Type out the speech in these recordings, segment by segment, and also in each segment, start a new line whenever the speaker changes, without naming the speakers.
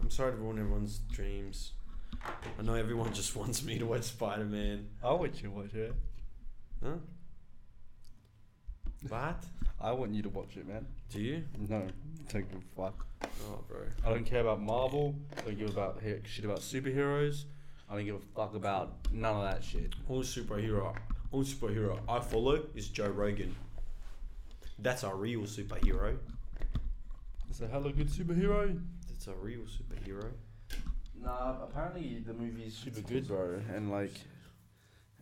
I'm sorry to ruin everyone's dreams. I know everyone just wants me to watch Spider Man.
I want you to watch it.
Huh? What?
I want you to watch it, man.
Do you?
No, don't give a fuck.
Oh, bro.
I don't care about Marvel. I don't give about he- shit about superheroes. I don't give a fuck about none of that shit.
Only superhero, only superhero I follow is Joe Rogan. That's a real superhero.
It's a hella good superhero.
That's a real superhero.
Nah, apparently the movie is super good, bro. And like,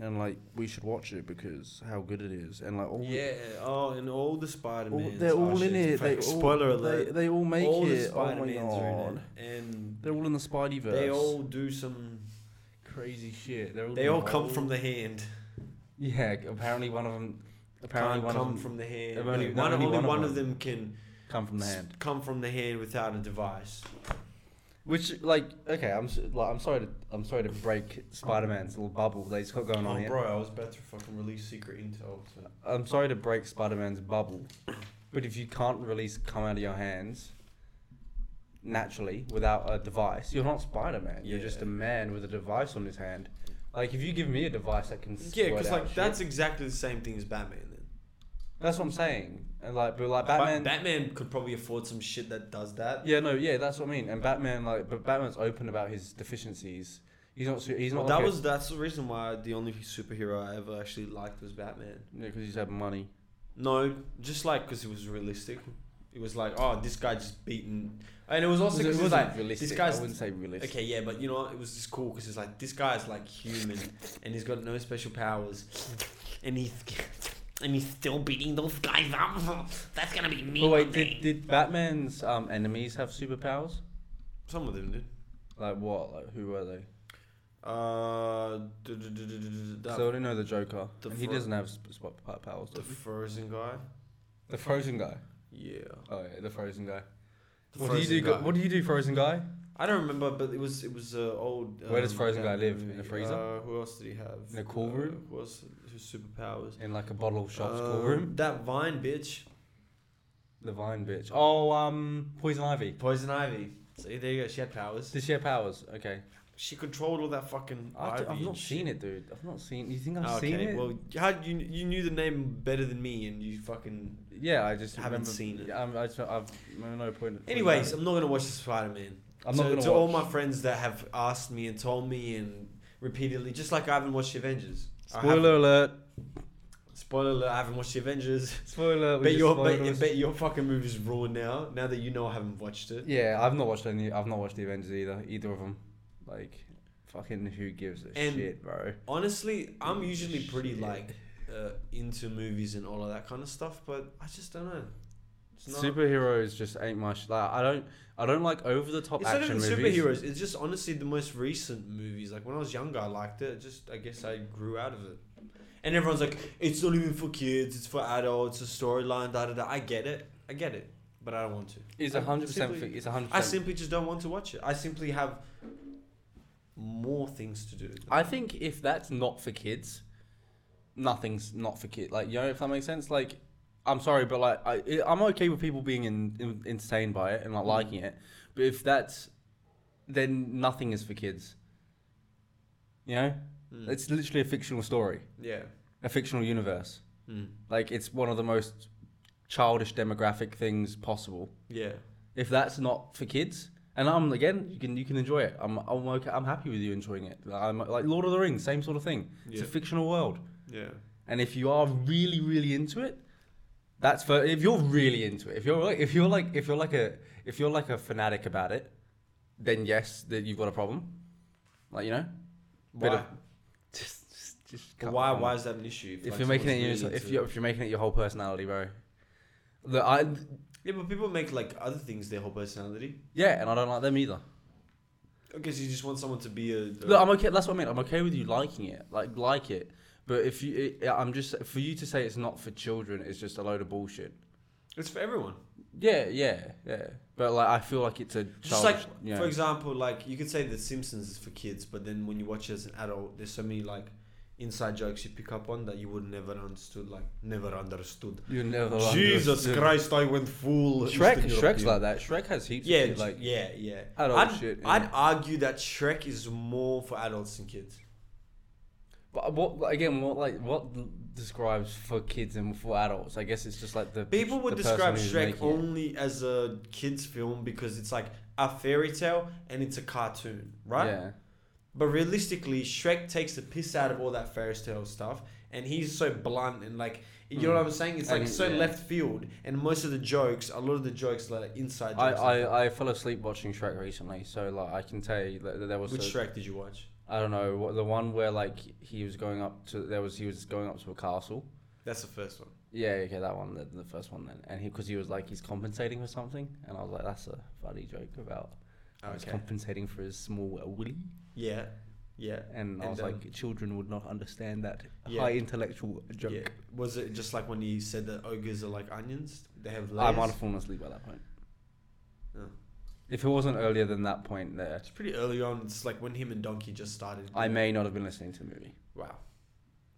and like, we should watch it because how good it is. And like, all
Yeah. Oh, and all the Spider
all-
Mans.
they're all in it. They all,
Spoiler alert.
They, they all make
all the
it. Oh my
Spider Mans are in
god.
it, and
They're all in the Spideyverse.
they all do some.
crazy shit. They're all
They all come from the hand.
Yeah, apparently one of them. Apparently
Can't
one of
come
them
from the hand.
They've only-
Only-
they've
one,
only
only
one of
one of them can
come from the
s-
hand.
come from the hand without a device.
Which like okay, I'm s- like I'm sorry to I'm sorry to break Spider-Man's little bubble that he's got going on
Oh,
here.
bro, I was about to fucking release secret intel. So.
I'm sorry to break Spider-Man's bubble, but if you can't release come out of your hands naturally without a device, you're not Spider-Man. You're just a
Yeah.
man with a device on his hand. Like if you give me a device that can
Yeah,
squirt
because
out
like
shit-
that's exactly the same thing as Batman. Then
that's what I'm saying. And like but like
Ba-
Batman.
Batman could probably afford some shit that does that.
yeah, no, yeah, that's what I mean. And Batman like but Batman's open about his deficiencies. He's not su- he's not
Well,
like
that
a-
was that's the reason why the only superhero I ever actually liked was Batman.
yeah, cuz he's had money.
No, just like because it was realistic. It was like, oh, this guy just beaten, and it was also
It
'cause it was
wasn't
like
realistic.
this guy's
I wouldn't say realistic.
okay, yeah, but you know what? It was just cool because it's like this guy's like human and he's got no special powers, and he's and he's still beating those guys up. That's gonna be me.
But wait,
one
did,
day.
did Batman's um, enemies have superpowers?
Some of them did.
Like what? Like who were they?
Uh, d- d- d- d- d- d- that-
so I didn't know the Joker.
the
he
fro-
doesn't have sp- sp- p- powers.
the
does he?
frozen guy.
the Frozen guy.
Yeah.
Oh yeah, the Frozen guy.
The
What do
Frozen
you do?
guy.
Guy. What do you do, Frozen guy?
I don't remember, but it was it was uh, old.
Where does Frozen
that
guy live? In a
movie.
freezer?
Uh, who else did he have?
In a cool
Uh,
room?
Who else? His superpowers?
In like a bottle shop's
Uh,
cool room.
That vine bitch,
The Vine bitch. Oh, um, Poison Ivy.
Poison Ivy. See, there you go. She had powers.
Does she have powers? Okay.
She controlled all that fucking.
I
ivy
have
and
not
shit.
seen it, dude. I've not seen. You think I've
okay,
seen it?
well, how you you knew the name better than me, and you fucking.
yeah, I just
haven't
remember-
seen it.
Yeah, I'm, I just, I've I'm no point. in-
Anyways, I'm not gonna watch Spider Man.
I'm
so,
not gonna
to all
watch.
my friends that have asked me and told me and repeatedly, just like I haven't watched the Avengers. I haven't-
Spoiler alert!
Spoiler alert, I haven't watched the Avengers.
Spoiler. we
Bet
just
your,
spoiled
bet,
ourselves.
bet your fucking movie's ruined now, now that you know I haven't watched it.
Yeah, I've not watched any. I've not watched the Avengers either. Either of them. Like, fucking who gives a
And-
shit, bro?
Honestly, I'm usually pretty,
Shit.
like, uh, into movies and all of that kind of stuff, but I just don't know. It's not,
Superheroes just ain't my sh- like. I don't. I don't like over the top
it's not
action
even
movies.
superheroes, it's just honestly the most recent movies. Like, when I was younger, I liked it. Just, I guess I grew out of it. And everyone's like, it's not even for kids, it's for adults, it's a storyline, da da da. I get it. I get it. But I don't want to.
It's
I
a hundred percent.
simply-
fi- It's a hundred
I
percent.
simply just don't want to watch it. I simply have more things to do.
I think if that's not for kids, nothing's not for kids. Like you know, if that makes sense. Like, I'm sorry, but like I, I- I'm okay with people being in, in, entertained by it and not liking it. But if that's, then nothing is for kids. You know,
Mm.
it's literally a fictional story,
yeah.
a fictional universe.
Mm.
Like it's one of the most childish demographic things possible.
Yeah.
If that's not for kids, and I'm again, you can you can enjoy it. I'm I'm, okay, I'm happy with you enjoying it. Like, I'm like Lord of the Rings, same sort of thing. It's
Yeah.
a fictional world,
Yeah.
and if you are really really into it, that's for if you're really into it. If you're like- if you're like if you're like a if you're like a fanatic about it, then yes, that you've got a problem. Like you know,
Why?
Bit of- just just, just
But
cut
why?
on.
Why is that an issue?
If
like,
you're making it,
someone's
your,
really
if
into
you are if you're making it your whole personality, bro. The, I
yeah, but people make like other things their whole personality.
yeah, and I don't like them either.
Okay, so you just want someone to be a. a-
Look, I'm okay. That's what I mean. I'm okay with you liking it, like like it. But if you, it, I'm just for you to say it's not for children is just a load of bullshit.
it's for everyone.
Yeah, yeah, yeah. But like, I feel like it's a
Just
childish,
like,
you know.
for example, like you could say The Simpsons is for kids, but then when you watch it as an adult, there's so many like inside jokes you pick up on that you would never understood, like never understood.
You never.
Jesus
understood.
Christ, I went full
Shrek,
Eastern
Shrek's
European.
like that. Shrek has heaps.
Yeah,
of shit,
like
like
yeah, yeah.
adult
I'd,
shit, yeah.
I'd argue that Shrek is more for adults than kids.
But what again? What like what describes for kids and for adults? I guess it's just like the
People would
the person
describe
who's
Shrek
making it.
only as a kids film because it's like a fairy tale and it's a cartoon, right?
Yeah,
But realistically, Shrek takes the piss out of all that fairy tale stuff, and he's so blunt and like, you know
Mm.
what I'm saying? It's like
And he-
so
yeah.
left field, and most of the jokes, a lot of the jokes, like inside
I,
jokes. like
I, I fell asleep watching Shrek recently, so like I can tell you that that there
that.
was
Which
a-
Shrek did you watch?
I don't know what the one where like he was going up to there was he was going up to a castle.
That's the first one.
Yeah, okay, that one, the, the first one then, and he because he was like he's compensating for something, and I was like that's a funny joke about I was
Okay.
compensating for his small willy,
yeah, yeah,
and, I
And,
was
um,
like children would not understand that
Yeah.
high intellectual joke.
yeah. Was it just like when he said that ogres are like onions? They have
I
layers.
might have fallen asleep by that point.
Oh.
If it wasn't earlier than that point, there
It's pretty early on. It's like when him and Donkey just started.
I may not have been listening to the movie.
Wow.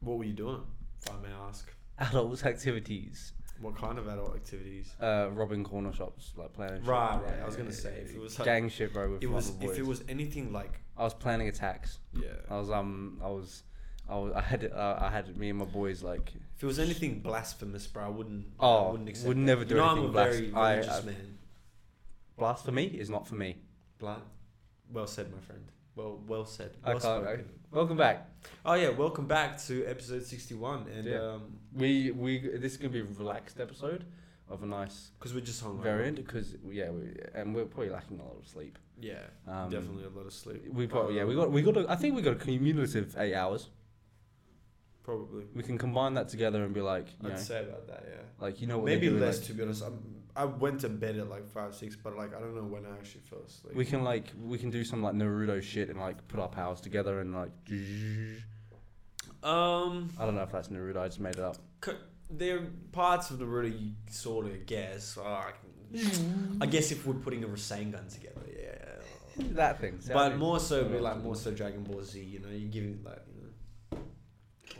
What were you doing, if I may ask?
Adult activities.
What kind of adult activities?
Uh, robbing corner shops, like planning. shit.
Right, right, I was gonna say, if it was like-
gang shit, bro. With
It was
other
if
boys.
it was anything like
I was planning attacks.
yeah.
I was um, I was, I was, I had, uh, I had me and my boys like.
If it was anything blasphemous, bro, I wouldn't.
Oh,
I wouldn't accept.
would
that.
never
You
do
know,
anything
I'm a very
blas- I-
religious
I-
man.
Blasphemy is not for me.
Blunt. Well said, my friend. Well, well said.
I
Well
can't- I-
spoken.
Welcome back.
Oh yeah, welcome back to episode sixty-one, and um,
Yeah.
because
We we this is gonna be a relaxed episode of a nice
we're just hung.
variant because yeah, we, and we're probably lacking a lot of sleep.
Yeah,
Um,
definitely a lot of sleep. Um,
We probably yeah we got we got a, I think we got a cumulative eight hours.
probably.
We can combine that together and be like you
I'd
know
say about that. Yeah.
like you know what they're
Maybe
doing,
less,
like-
to be honest. I'm, I went to bed at like five, six, but like I don't know when I actually fell asleep.
we can like we can do some like Naruto shit and like put our powers together and like
um,
I don't know if that's Naruto I just made it up.
there are parts of the really sort of guess. Uh, I, can, I guess if we're putting a Rasengan together, yeah.
that thing.
But more so, be like more so Dragon Ball Z. You know, you give it like you know,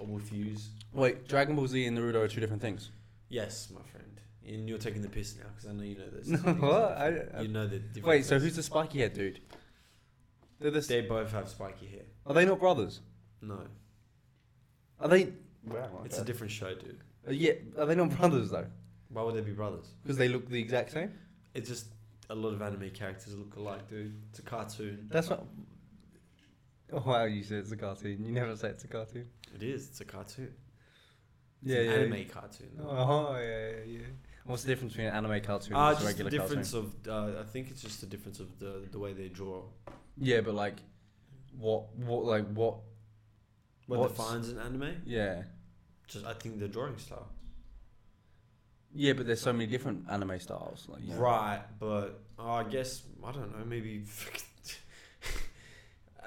or will fuse.
Wait, Dragon Ball Z and Naruto are two different things.
Yes, my friend, and you're taking the piss now because I know you know this.
No, what? I- I-
you know the difference.
Wait, so who's the spiky head dude? They're the s-
They both have spiky hair.
are they not brothers?
No,
Are they? Wow,
it's a different show, dude.
yeah, are they not brothers though?
Why would they be brothers?
Because they look the exact same.
It's just a lot of anime characters look alike, dude. It's a cartoon.
That's not. Oh, wow, you said it's a cartoon. You never say it's a cartoon.
It is. It's a cartoon. It's
Yeah,
an
yeah.
anime cartoon. though.
Oh, yeah, yeah, yeah. What's the difference between an anime cartoon
Uh,
and just a
just the
regular
difference
cartoon?
of uh, I think it's just the difference of the the way they draw.
Yeah, but like, what, what, like, what?
What
What's-
defines an anime?
Yeah,
Just I think the drawing style.
yeah, but there's so many different anime styles. Like, you know.
Right, but uh, I guess I don't know. Maybe.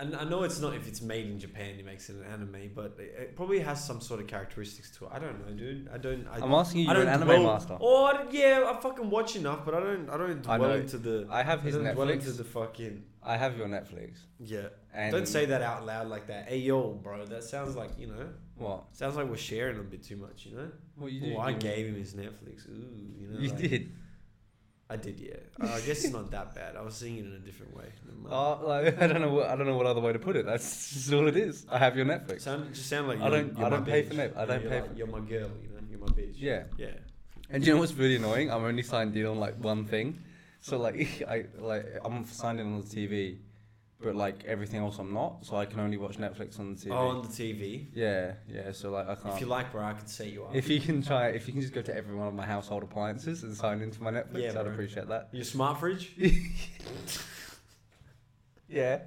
And I know it's not if it's made in Japan, it makes it an anime, but it, it probably has some sort of characteristics to it. I don't know, dude. I don't. I,
I'm asking you,
I
you're an
don't
anime
dwell-
master.
Oh I don't- yeah, I fucking watch enough, but I don't. I don't
I
dwell
know.
into the.
I have his
I don't dwell into
Netflix.
the fucking
I have your Netflix.
yeah.
And
Don't say that out loud like that. Hey yo, bro, that sounds like you know.
What?
Sounds like we're sharing a bit too much, you know.
What
Oh, I gave him his Netflix. Ooh, you know.
You
like-
did.
I did, yeah. Uh, I guess it's not that bad. I was seeing it in a different way. Never mind.
Uh, like, I don't know. What, I don't know what other way to put it. That's just all it is. I have your Netflix.
Sound, just sound like
Oh, I
you're-
don't-
you're
I
my
don't pay
bitch.
for Net- I
You know,
don't
you're
pay
like,
for-
You're my girl, you know. You're my bitch.
Yeah.
Yeah.
And do you know what's really annoying? I'm only signed in on like one thing. So like I like I'm signed in on the TV, but like everything else I'm not. So I can only watch Netflix on the TV.
Oh, on the TV.
yeah, yeah. So like I can't.
If you like, bro, I can set you up.
If you can try, if you can just go to every one of my household appliances and sign into my Netflix,
Yeah,
I'd
bro.
appreciate that.
your smart fridge.
Yeah.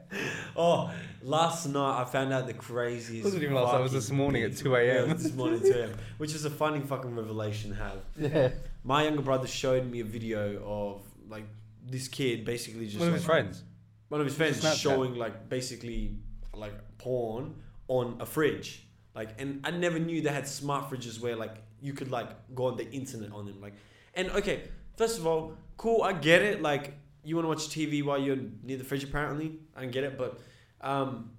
Oh, last night I found out the craziest.
It wasn't even last night, it was this
fucking
morning at
thing.
2 a.m..
Yeah, this morning at 2 a.m. Which is a funny fucking revelation to have.
Yeah.
My younger brother showed me a video of like this kid basically just
One of
like,
his friends.
one of his friends
Snapchat.
showing like basically like porn on a fridge. Like and I never knew they had smart fridges where like you could like go on the internet on them. Like and okay, first of all, cool, I get it, like you wanna watch TV while you're near the fridge apparently. I get it, but um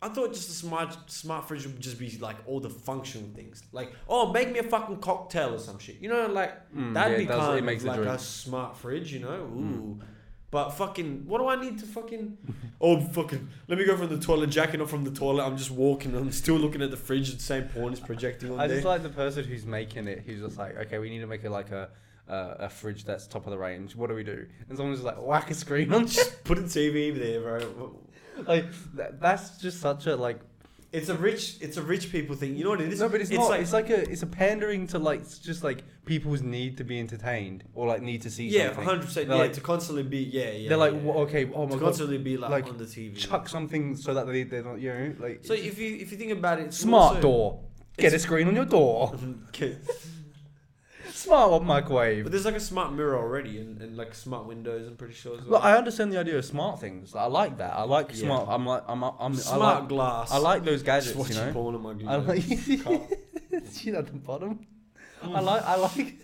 I thought just a smart smart fridge would just be like all the functional things, like oh, make me a fucking cocktail or some shit. You know, like
Mm,
that'd
yeah,
be
it does-
kind
it
of
makes the Mm.
like a
joint.
smart fridge, you know. Ooh, but fucking, what do I need to fucking? Oh, fucking, let me go from the toilet, jacking off from the toilet. I'm just walking. I'm still looking at the fridge. The same porn is projecting on
I
there.
just like the person who's making it, who's just like, okay, we need to make it like a uh, a fridge that's top of the range. What do we do? And someone's just like, whack a screen on.
just put a TV there, bro.
like that, that's just such a like.
It's a rich, it's a rich people thing. You know what it is?
no, but it's, not.
Like,
it's like a it's a pandering to like it's just like people's need to be entertained or like need to see.
yeah,
something.
hundred percent.
They're
Yeah,
like-
to constantly be, yeah, yeah.
They're like,
yeah,
"Wha-
yeah.
okay, oh my
to
god,
constantly be like,
like,
on the TV.
chuck something so that they they're not you know like.
So if you if you think about it, it's more
smart
so-
door. Get a
it's-
screen on your door.
Okay.
Smart microwave.
But there's like a smart mirror already, and, and like smart windows. I'm pretty sure as well.
Look, I understand the idea of smart things. I like that. I like
Yeah.
smart. I'm like, I'm, I'm,
smart
I like,
glass.
I like those
just
gadgets.
watching
You know,
porn on my
I
glass.
like shit at the bottom. I like, I like,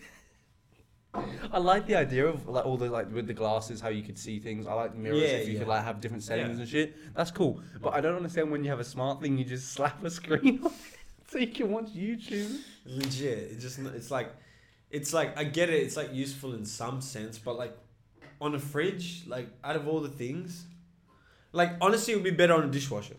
I like the idea of like all the like with the glasses, how you could see things. I like mirrors
Yeah,
if you
yeah.
could like have different settings
Yeah.
and shit. That's cool. But I don't understand when you have a smart thing, you just slap a screen on it so you can watch YouTube.
Legit. It's just n- it's like, it's like I get it. It's like useful in some sense, but like, on a fridge, like out of all the things, like honestly, it would be better on a dishwasher.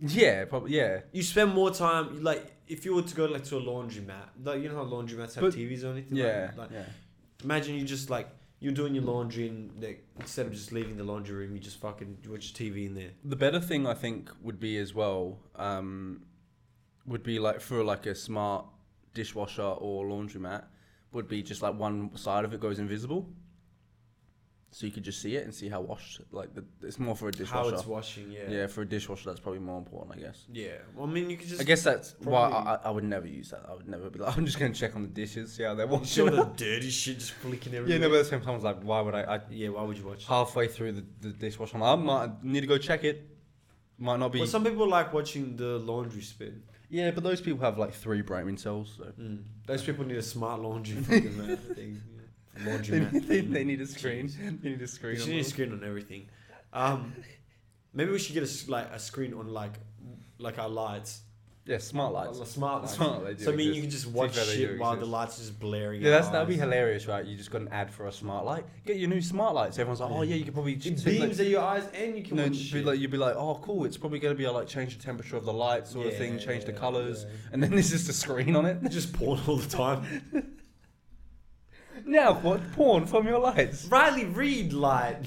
Yeah, probably. Yeah.
You spend more time like if you were to go like to a laundromat, like you know how laundromats have
But-
TVs or anything. like-
Yeah,
Like,
yeah.
Imagine you just like you're doing your laundry and like instead of just leaving the laundry room, you just fucking watch TV in there.
The better thing I think would be as well um, would be like for like a smart dishwasher or laundromat would be just like one side of it goes invisible, so you could just see it and see how washed. Like the, it's more for
How
a dishwasher.
it's washing, yeah.
yeah. for a dishwasher that's probably more important, I guess.
Yeah. Well, I mean, you could just
I guess that's why I, I
probably-
I would never use that. I would never be like, I'm just gonna check on the dishes, see how they're
watch all
washing.
the
up."
dirty shit just flicking
yeah,
everywhere.
no, but at the same time, I was like, why would I? I
yeah. Why would you watch? that?
halfway through the, the dishwasher, I'm like, I might need to go check it. Might not be.
Well, some people like watching the laundry spin.
Yeah, but those people have like three brain cells, so
Mm. Those people need a smart laundry fucking man thing. Yeah. Laundry man.
need a They need a screen.
She needs a screen on everything. Um, maybe we should get a s- like a screen on like like our lights,
Yeah, smart
like
lights.
smart lights.
Smart, they do
So I mean, you can just
exist. To be
watch
fair, they
shit
do
while the
exist.
lights is blaring.
Yeah,
our
that's that'd be
eyes.
hilarious, right? You just got an ad for a smart light. Get your new smart lights. Everyone's like, oh yeah, you could probably.
It
change
beams at your eyes, and you can
no,
watch
you'd be
shit.
like, you'd be like, oh cool, it's probably gonna be like change the temperature of the light sort of
Yeah,
thing, change the
yeah,
colors,
yeah.
and then there's just a screen on it.
just porn all the time.
now what porn from your lights?
Riley Reed light.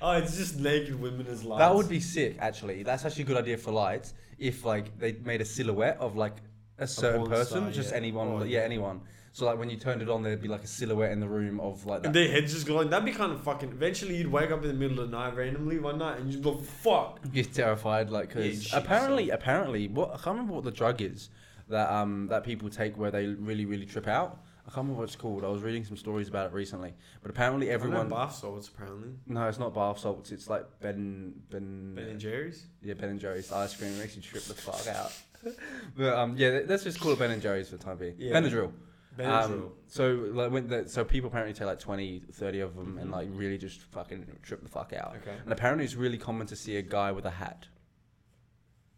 oh, it's just naked women as lights.
That would be sick, actually. That's actually a good idea for lights. If like they made a silhouette of like a certain
porn
person,
star,
just
yeah.
anyone,
Oh,
like, yeah, anyone. So like when you turned it on, there'd be like a silhouette in the room of like
And
that.
their heads just glowing. That'd be kind of fucking. Eventually, you'd wake up in the middle of the night randomly one night and you'd be like, fuck.
You're terrified, like
Yeah, you
because
shit
apparently, apparently, what I can't remember what the drug is that um that people take where they really really trip out. I can't remember what it's called. I was reading some stories about it recently, but apparently
Everyone.
everyone.
bath salts, apparently.
no, it's not bath salts. It's like Ben Ben
Ben and Jerry's.
Yeah, Ben and Jerry's ice cream makes you trip the fuck out. but um, yeah, th- let's just call it Ben and Jerry's for the time being.
Yeah.
Benadryl.
Benadryl.
Um, so like when the, so people apparently take like 20, 30 of them and like really just fucking trip the fuck out.
Mm-hmm. okay.
And apparently it's really common to see a guy with a hat.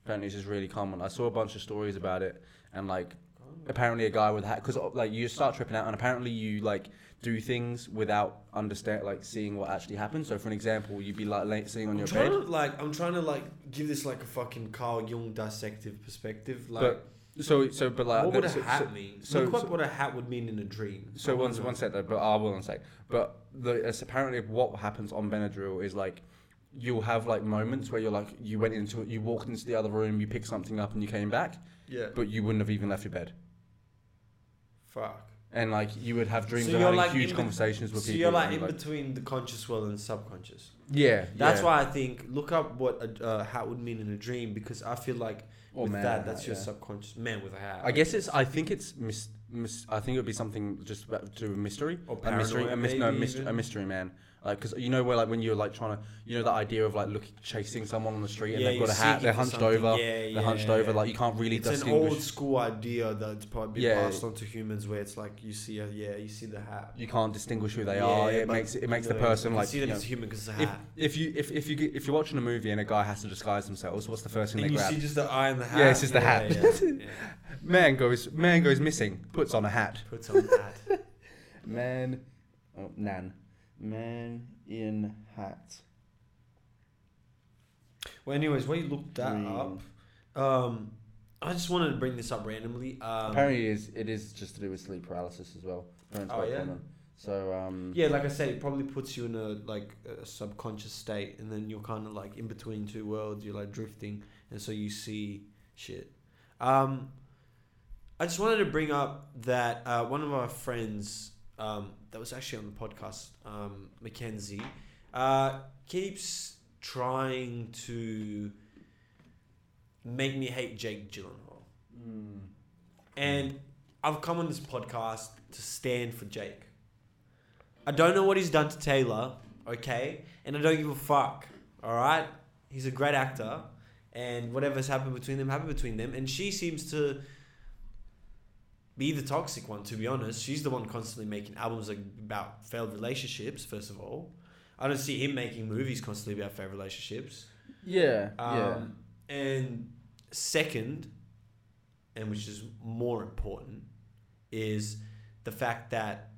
Apparently it's just really common. I saw a bunch of stories about it and like apparently a guy with a hat because like you start tripping out and apparently you like do things without understand like seeing what actually happens. So for an example, you'd be like lay- sitting on
I'm
your
trying
bed.
to like. I'm trying to like give this like a fucking Carl Jung dissective perspective. Like,
but so so but like
what would a
so-
hat
so-
mean?
so-
Look up
so-
what a hat would mean in a dream.
So
I
one,
wanna
one sec though, but I will in a sec. But the, it's apparently what happens on Benadryl is like you'll have like moments where you're like you went into it, you walked into the other room, you picked something up, and you came back,
know. yeah.
but you wouldn't have even left your bed.
Fuck.
And like you would have dreams
So
of
you're,
having
like, in
huge
bet-
conversations with
So
people.
you're like
and,
in between the conscious world and subconscious.
yeah,
That's
yeah.
why I think look up what a uh, hat would mean in a dream because I feel like
Or
with
Oh, man
that
with a
that's
hat,
your
yeah.
subconscious man with a hat.
I guess it's. I think it's. Mis, mis, I think it would be something just about to do with mystery.
Or
a mystery.
paranoia
A, mis, no,
maybe
mis,
even.
a mystery man. Like, cause you know where like when you're like trying to, you know that idea of like look chasing someone on the street and they've
you're
got a hat,
seeking
they're
for
hunched
something.
over,
Yeah,
they're hunched
yeah,
over.
yeah.
Like you can't really
it's an
distinguish.
old school idea that's probably
Yeah.
passed on to humans, where it's like you see a yeah, you see the hat.
you can't distinguish who they are. It
but
makes it
you
makes the
know,
person
you
like
see
you
that
know,
it's human because it's a
if,
hat.
if you if if you get- if you're watching a movie and a guy has to disguise themselves, what's the first thing
and
they
you
grab?
see just the eye and the hat.
Yeah, it's just the hat.
yeah, yeah.
Man goes man goes missing. Puts on a hat.
Puts on hat.
Man, oh, nan, man in hat.
Well, anyways, while you look that
Mm.
up, um, I just wanted to bring this up randomly. Um,
Apparently, it is, it is just to do with sleep paralysis as well. Apparently it's
Oh,
quite
yeah?
common. So um,
yeah, like I said, it probably puts you in a like a subconscious state, and then you're kind of like in between two worlds. You're like drifting, and so you see shit. Um, I just wanted to bring up that uh, one of our friends um, that was actually on the podcast, um, Mackenzie, uh, keeps trying to make me hate Jake Gyllenhaal.
mm,
And I've come on this podcast to stand for Jake. I don't know what he's done to Taylor, okay? And I don't give a fuck, all right? He's a great actor, and whatever's happened between them, happened between them. And she seems to be the toxic one, to be honest. She's the one constantly making albums like, about failed relationships, first of all. I don't see him making movies constantly about failed relationships.
yeah, yeah.
Um, And second, and which is more important, is the fact that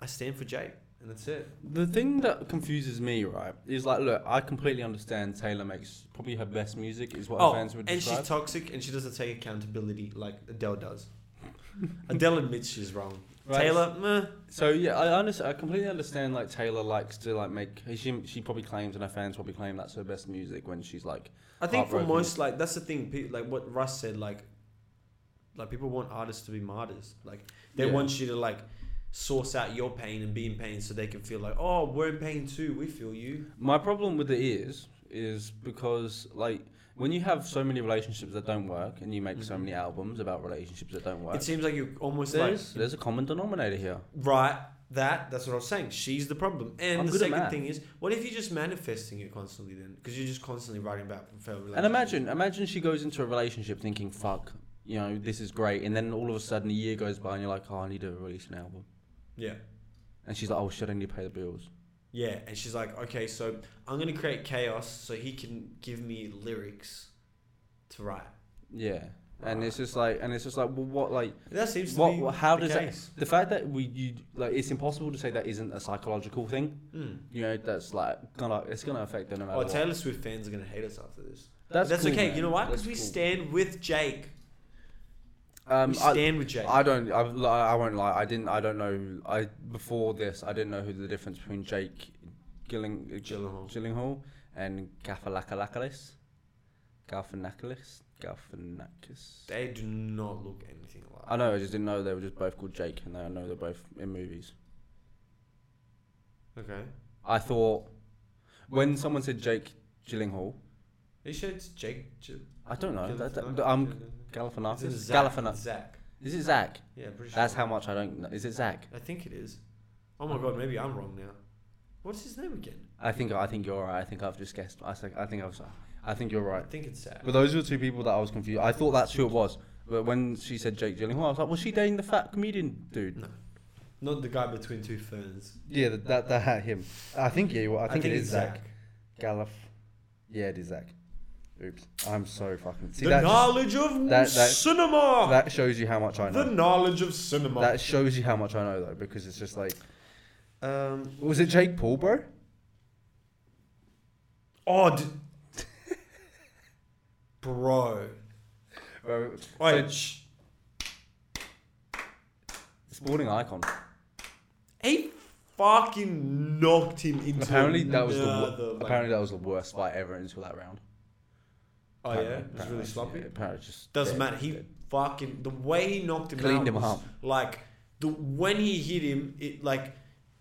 I stand for Jake, and that's it.
The thing that confuses me, right, is like, look, I completely understand Taylor makes probably her best music is what her fans would
Oh, and
describe.
she's toxic, and she doesn't take accountability like Adele does. Adele admits she's wrong.
Right.
Taylor, meh.
So yeah, I understand. I completely understand. Like Taylor likes to like make. She she probably claims, and her fans probably claim that's her best music when she's like.
I think for
Heartbroken.
most, like that's the thing. Pe- like what Russ said, like, like people want artists to be martyrs. Like they
Yeah.
want you to like source out your pain and be in pain, so they can feel like, oh, we're in pain too. We feel you.
My problem with it is, is because like when you have so many relationships that don't work, and you make so
Mhm.
many albums about relationships that don't work.
It seems like you're almost
there's there's a common denominator here.
like right. That that's what I was saying. She's the problem. And
I'm
the
good at
second
math.
thing is, what if you're just manifesting it constantly then? Because you're just constantly writing about failed relationships.
And imagine, imagine she goes into a relationship thinking, "Fuck, you know, this is great," and then all of a sudden a year goes by, and you're like, "Oh, I need to release an album,"
Yeah,
and she's like, "Oh shit, I need to pay the bills."
yeah. And she's like, okay, so I'm gonna create chaos so he can give me lyrics to write.
Yeah, and it's just like, and it's just like, well, what, like,
That seems to
what,
be
what how
the
does that?
case.
The fact that we, you, like, it's impossible to say that isn't a psychological thing.
Mm.
You know, that's like gonna, it's gonna affect her no matter
Oh,
what.
Taylor Swift fans are gonna hate us after this.
That's
That's,
cool,
okay.
man.
You know why? Because
That's
we
cool.
stand with Jake.
Um,
we
I-
stand with Jake.
I don't. I, I won't lie. I didn't. I don't know. I before this, I didn't know who the difference between Jake Gilling,
Gyllenhaal.
Gyllenhaal and Gafalakalakalakis, Gafanakis, Gafanakis.
they do not look anything alike.
I know. I just didn't know they were just both called Jake, and I know they're both in movies.
Okay.
I thought when someone said Jake
Are
Gyllenhaal,
you sure it's Jake? Gy-
I don't know. That, that,
Gyllenhaal?
um,
It's in
Galifianakis.
Zach.
Galifianakis.
Zach.
Is it Zach?
Yeah, pretty sure.
That's how much I don't. know. Is it Zach?
I think it is. Oh my god, maybe I'm wrong now. What's his name again?
I think. I think you're right. I think I've just guessed. I think. I think I was. I think you're
I
right.
think it's Zach.
But those were the two people that I was confused. I thought that's who it was. But when she said Jake Gyllenhaal, I was like, was she dating the fat comedian dude?
No. Not the guy between two ferns.
Yeah, that that, that him. I think yeah. Well, I, think, it is
it's
Zach Galif. Yeah, it is Zach. Oops, I'm so fucking. See
the
that, just-
knowledge of
that- that-
cinema.
that shows you how much I
the
know.
knowledge of cinema.
That shows you how much I know though, because it's just like,
um.
was it Jake Paul, bro?
Odd. Bro.
Bro,
Wait. sh-
sporting icon.
he fucking knocked him into.
Apparently that was the, wo-
another, like-
apparently that was the worst fight ever until that round.
Oh yeah,
Apparently-
it was really
apparently,
sloppy.
yeah, apparently just
Doesn't
dead,
matter. He
dead.
fucking the way he knocked him
Cleaned
out
him
was,
up.
Like the when he hit him, it like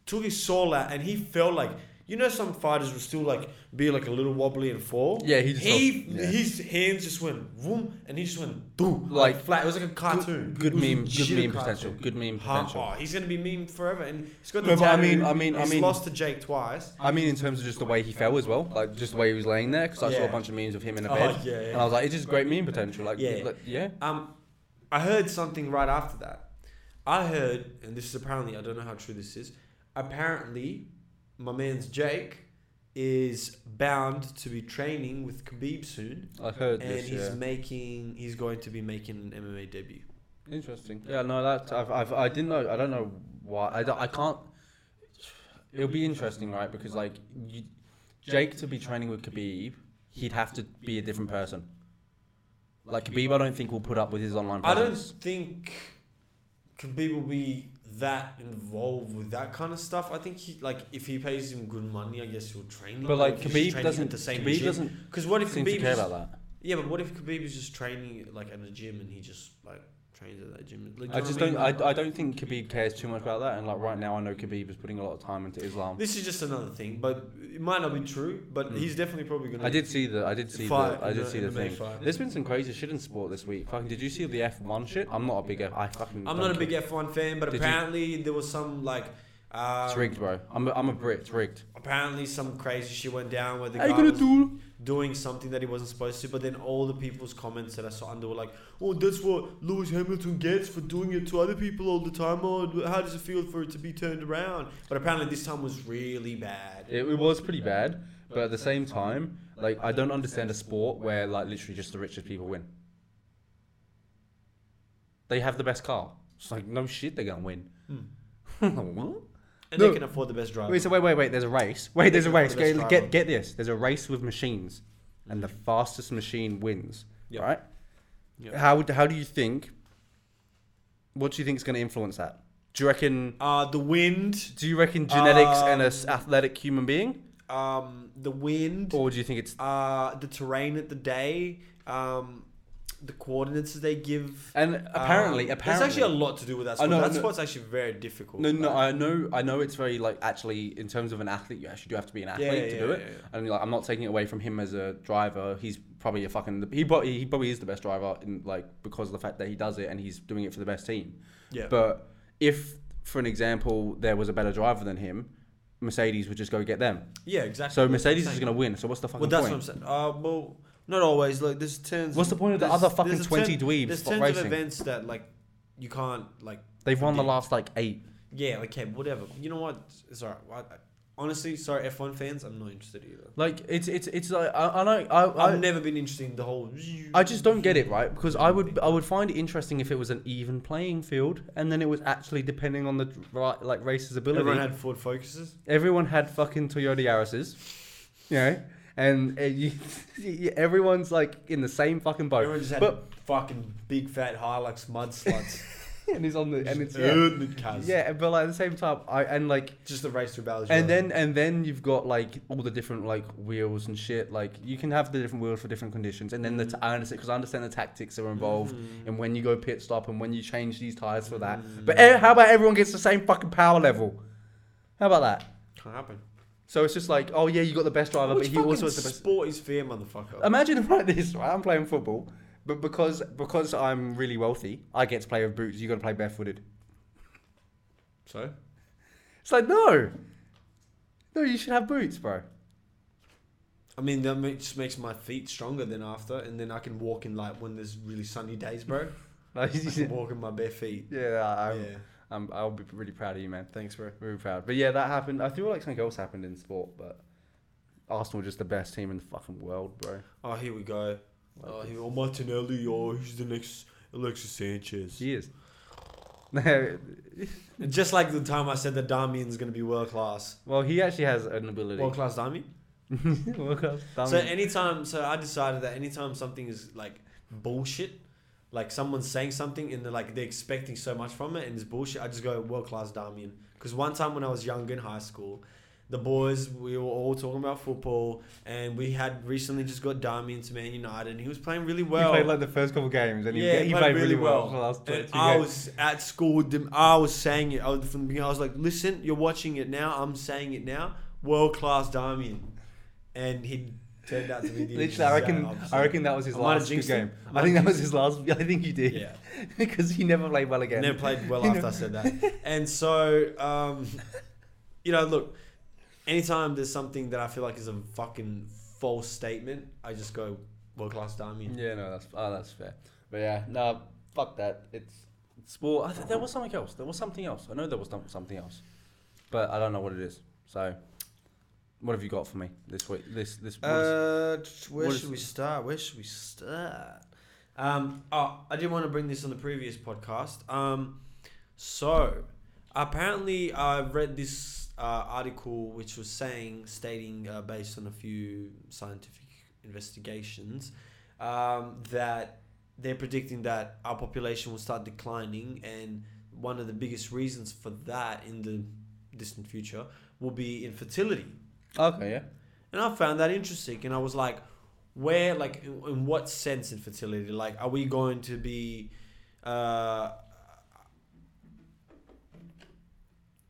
took his soul out, and he fell like You know, some fighters will still like be like a little wobbly and fall.
Yeah, he just
He
felt- yeah.
his hands just went vroom and he just went boom
Like,
like, flat. It was like a cartoon. It
Good
was
meme, good
legit a
meme
cartoon.
potential. Good meme
Huh?
potential.
Oh, he's gonna be meme forever, and he's got the.
No, but I
tattoo.
mean- I mean- I
he's
mean-
lost to Jake twice.
I mean, in terms of just the way he fell as well, like just the way he was laying there, because I saw a
Yeah.
bunch of memes of him in a
Oh,
bed,
yeah, yeah.
and I was like, it's just great meme potential. Like,
Yeah.
like, yeah.
Um, I heard something right after that. I heard, and this is apparently, I don't know how true this is. Apparently, my man's Jake is bound to be training with Khabib soon,
I heard
and
this.
he's
Yeah.
making, he's going to be making an MMA debut.
Interesting. Yeah, no, that's I've, I've I didn't know. I don't know why. I, don't- I can't. It'll be interesting, right? Because like, you, Jake to be training with Khabib, he'd have to be a different person. Like Khabib, I don't think will put up with his online
I don't
presence.
think Khabib will be that involved with that kind of stuff. I think he, like, if he pays him good money, I guess he'll train. him.
But like
if he's
Khabib
training at
doesn't.
the same
Khabib
gym-
doesn't
Because what if
seem to
Khabib
care
is
about that.
Yeah, but what if Khabib is just training like at a gym and he just like trains at that gym? Like, do
I
you know
just
what
don't. I,
mean?
I don't think Khabib cares too much about that. And like right now, I know Khabib is putting a lot of time into Islam.
This is just another thing, but it might not be true. But
Mm.
he's definitely probably gonna.
I did see the. I did see
fight
the. I
in
did
a
see the
MMA
thing.
fight.
There's been some crazy shit in sport this week. Fucking, did you see the F1 shit? I'm not a big F. I fucking.
I'm
don't
not a
care.
big F1 fan, but
Did you-
apparently there was some like. Um,
It's rigged, bro. I'm a, I'm a Brit. It's rigged.
Apparently, some crazy shit went down where the
How you
guy
gonna
was
do?
doing something that he wasn't supposed to. But then all the people's comments that I saw under were like, "Oh, that's what Lewis Hamilton gets for doing it to other people all the time. Oh, how does it feel for it to be turned around?" But apparently, this time was really bad.
It, it was pretty bad, but at the same time, like I don't understand a sport where like literally just the richest people win. They have the best car. It's like no shit, they're gonna win.
Hmm.
what?
And
No.
they can afford the best driver.
Wait, so wait, wait, wait. There's a race. Wait, there's a
They're
race.
the best
Get,
driver.
get, get this. There's a race with machines, and the fastest machine wins.
Yep.
Right?
Yep.
How would- how do you think? What do you think is going to influence that? Do you reckon?
Uh, the wind,
Do you reckon genetics and a
Um,
s- athletic human being,
um, the wind,
or do you think it's
uh, the terrain at the day, um, the coordinates that they give.
and apparently
Um,
apparently
there's actually a lot to do with that
I
sport.
know,
that
no.
sport's actually very difficult.
no no
Like,
I know I know it's very like actually in terms of an athlete you actually do have to be an athlete
yeah,
to
yeah,
do
yeah,
it
yeah, yeah.
and like I'm not taking it away from him as a driver. He's probably a fucking he probably he probably is the best driver in like because of the fact that he does it and he's doing it for the best team.
Yeah.
But if, for an example, there was a better driver than him, Mercedes would just go get them.
yeah, exactly.
So
That's what
Mercedes
I'm
is
saying.
going to win. So what's the fucking
Well, that's
point?
what I'm saying. Uh, well, not always. Like, there's turns.
What's the point of the
there's-
other fucking
there's a
20
turn-
dweebs
There's
for
tons of
racing?
events that like you can't like.
They've won the
predict.
last like eight.
Yeah, okay, whatever. You know what? It's alright. I, I- honestly, sorry, F1 fans, I'm not interested either.
Like it's it's it's like I, I know I,
I've
I
never been interested in the whole.
I just don't get it right because I would I would find it interesting if it was an even playing field and then it was actually depending on the right like race's ability.
Everyone had Ford Focuses.
Everyone had fucking Toyota Yaris's, you know, and uh, you, you- everyone's like in the same fucking boat.
Everyone just had
but
fucking big fat Hilux mud sluts.
and it's on the and it's
Just
yeah,
urban cars.
yeah, but like at the same time, I and like
Just the race through Ballard.
and then and then you've got like all the different like wheels and shit. Like you can have the different wheels for different conditions, and
Mm.
then the t- I understand because I understand the tactics are involved. And when you go pit stop, and when you change these tires for that,
Mm.
but e- how about everyone gets the same fucking power level? How about that?
Can't happen.
So it's just like, oh yeah, you got the best driver,
Which
but he also has the best.
sport is fair, motherfucker?
Imagine right this, right? I'm playing football, but because because I'm really wealthy, I get to play with boots. You got to play barefooted.
so?
It's like no, no, you should have boots, bro.
I mean, that ma- just makes my feet stronger than after, and then I can walk in like when there's really sunny days, bro.
Like,
I can walk in my bare feet.
yeah, I, I'm,
yeah.
I'm, I'll be really proud of you, man.
Thanks, bro.
Really proud. But yeah, that happened. I feel like something else happened in sport, but Arsenal just the best team in the fucking world, bro.
Oh, here we go.
Like,
Oh,
it's-
here, oh Martinelli. Oh, he's the next Alexis Sanchez.
She is. No,
Just like the time I said that Damian's gonna be world class.
well, he actually has an ability.
World class Damien.
World class
So
dummy.
anytime, so I decided that anytime something is like bullshit, like someone's saying something and they're like they're expecting so much from it and it's bullshit, I just go world class Damien. Because one time when I was younger in high school, the boys we were all talking about football and we had recently just got Damien to Man United and he was playing really well.
he played like the first couple games, and he,
Yeah,
he played, really well. for the last
And
two
I
games.
was at school with them. I was saying it I was, from the beginning. I was like, "Listen, you're watching it now. I'm saying it now. world class Damien, and he turned out to be the
Literally, I reckon.
exact
I reckon that was his
I might have
last good
jinxed
game.
him.
I
I might
think that
have
was his last. I think you did.
Yeah.
because he never played well again.
And then played well
You
after
know?
I said that. And so, um, you know, look, anytime there's something that I feel like is a fucking false statement, I just go world class Damien.
Yeah, no, that's oh, that's fair. But yeah, no, fuck that. It's sport. I th- there was something else. There was something else. I know there was some- something else, but I don't know what it is. So, what have you got for me this week? This this. what is-
Uh, t- where
what
should
is-
we start? Where should we start? Um, oh, I did want to bring this on the previous podcast. Um, so apparently I read this uh, article which was saying, stating uh, based on a few scientific investigations, um, that they're predicting that our population will start declining, and one of the biggest reasons for that in the distant future will be infertility.
okay, yeah.
And I found that interesting. And I was like, where, like, in, in what sense infertility? Like, are we going to be, uh,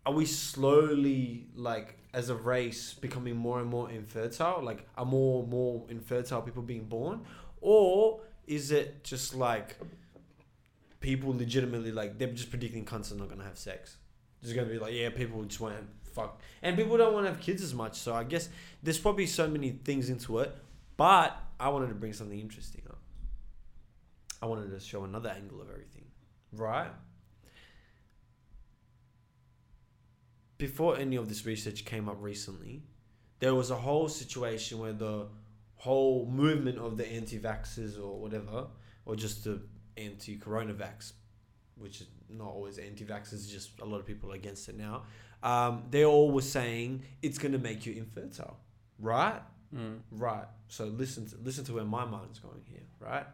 are we slowly, like, as a race, becoming more and more infertile? Like, are more and more infertile people being born? Or is it just like people legitimately, like, they're just predicting cunts are not going to have sex? Just going to be like, yeah, people just won't fuck. And people don't want to have kids as much. So I guess there's probably so many things into it, but I wanted to bring something interesting up. I wanted to show another angle of everything, right? Before any of this research came up recently, there was a whole situation where the whole movement of the anti-vaxxers or whatever, or just the anti-coronavax, which is not always anti-vaxxers, just a lot of people are against it now. Um, they all were saying it's going to make you infertile, right?
Mm.
Right. So listen to, listen to where my mind's going here, right?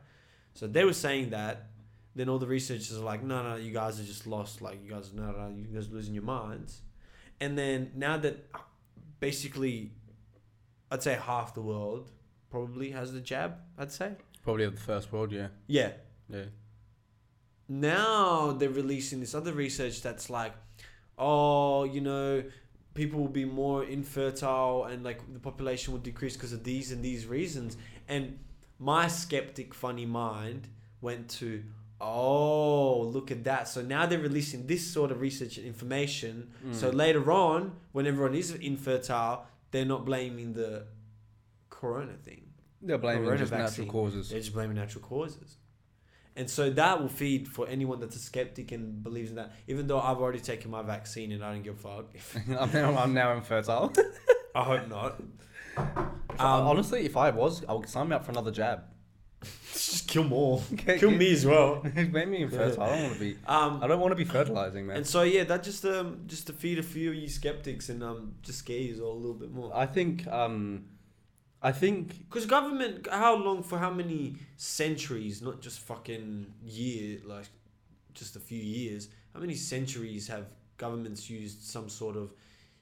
So they were saying that. Then all the researchers are like, no, no, you guys are just lost. Like you guys, no, no, you guys are losing your minds. And then now that basically, I'd say half the world probably has the jab. I'd say.
Probably of the first world. Yeah,
Yeah.
yeah.
Now they're releasing this other research that's like, oh, you know, people will be more infertile and like the population will decrease because of these and these reasons. And my skeptic, funny mind went to, oh, look at that. So now they're releasing this sort of research and information. So later on, when everyone is infertile, they're not blaming the corona thing.
They're blaming
Corona
just natural
vaccine.
causes.
They're just blaming natural causes. And so that will feed for anyone that's a skeptic and believes in that. Even though I've already taken my vaccine and I don't give a fuck.
I'm now I'm now infertile.
I hope not. Um,
Honestly, if I was, I would sign me up for another jab.
just kill more.
Okay,
kill
okay.
me as well.
Make me infertile. I don't want to be.
Um,
I don't want to be fertilizing, man.
and so yeah, that just um just to feed a few of you skeptics and um just scare you all a little bit more.
I think. Um, I think.
Because government, how long for how many centuries? Not just fucking year, like just a few years. How many centuries have governments used some sort of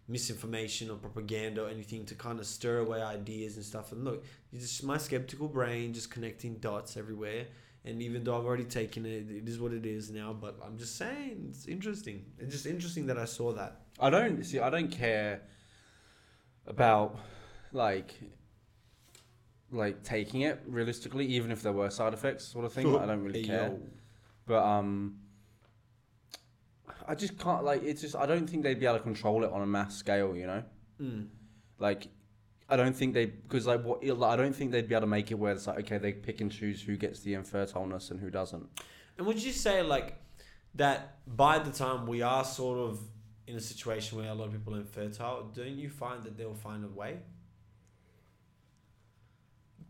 misinformation or propaganda or anything to kind of stir away ideas and stuff? And look, it's just my skeptical brain just connecting dots everywhere. And even though I've already taken it, it is what it is now. But I'm just saying, it's interesting. It's just interesting that I saw that.
I don't see. I don't care about like like taking it realistically, even if there were side effects, sort of thing. I don't really
Hey,
care.
yo.
But um, I just can't like. It's just I don't think they'd be able to control it on a mass scale. You know,
Mm.
like. I don't think they because like what I don't think they'd be able to make it where it's like okay they pick and choose who gets the infertileness and who doesn't.
And would you say like that by the time we are sort of in a situation where a lot of people are infertile, don't you find that they'll find a way,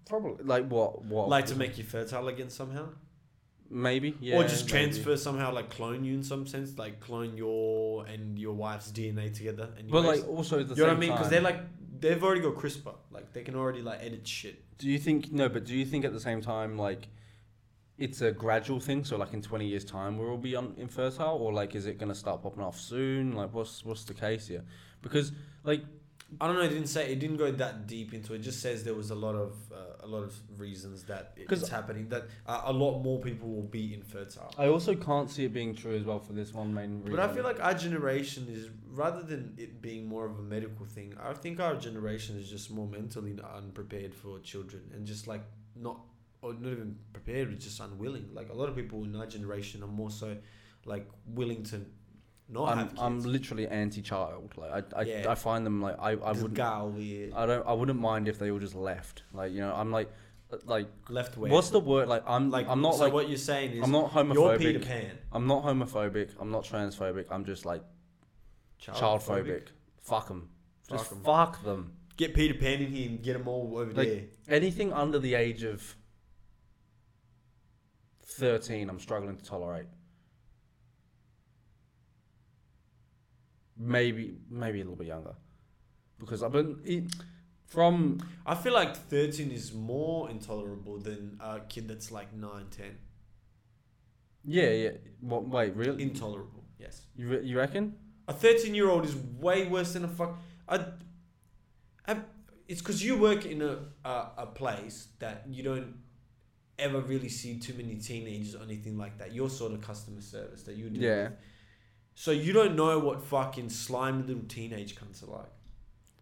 Probably like what what
like to make you fertile again somehow,
maybe yeah
or just
maybe.
transfer somehow, like clone you in some sense, like clone your and your wife's DNA together? And
But
your
like
race?
also at the
you know what I
same
mean? Because
time-
they're like they've already got CRISPR, like they can already like edit shit.
Do you think no? But do you think at the same time, like, it's a gradual thing? So like in twenty years' time, we'll all be un- infertile, or like, is it gonna start popping off soon? Like, what's what's the case here? Because like,
I don't know. It didn't say. It didn't go that deep into it. it just says there was a lot of uh, a lot of reasons that it-
'Cause-
it's happening. That uh, a lot more people will be infertile.
I also can't see it being true as well for this one main reason.
But I feel like our generation is rather than it being more of a medical thing. I think our generation is just more mentally unprepared for children and just like not or not even prepared, but just unwilling. Like a lot of people in our generation are more so like willing to not have
I'm,
kids.
I'm literally anti-child. Like I, I,
Yeah.
I find them like I, I
Just
wouldn't
gal weird.
I don't I wouldn't mind if they all just left. Like you know I'm like uh, like
left wing.
what's the word like I'm
like?
like I'm not
so
like
what you're saying is
I'm not
you're Peter
homophobic.
Pan.
I'm not homophobic. I'm not transphobic. I'm just like child phobic. Fuck them. Just
Fuck 'em.
fuck them.
Get Peter Pan in here and get them all over
Like-
there.
Anything under the age of 13, I'm struggling to tolerate. Maybe, maybe a little bit younger, because I've been it, from
I feel like 13 is more intolerable than a kid that's like 9, 10.
yeah yeah. What wait really?
Intolerable, yes.
you, re- you reckon?
A 13 year old is way worse than a fuck. I, I, it's because you work in a, a, a place that you don't ever really see too many teenagers or anything like that. Your sort of customer service that you do.
Yeah.
So you don't know what fucking slimy little teenage cunts are like.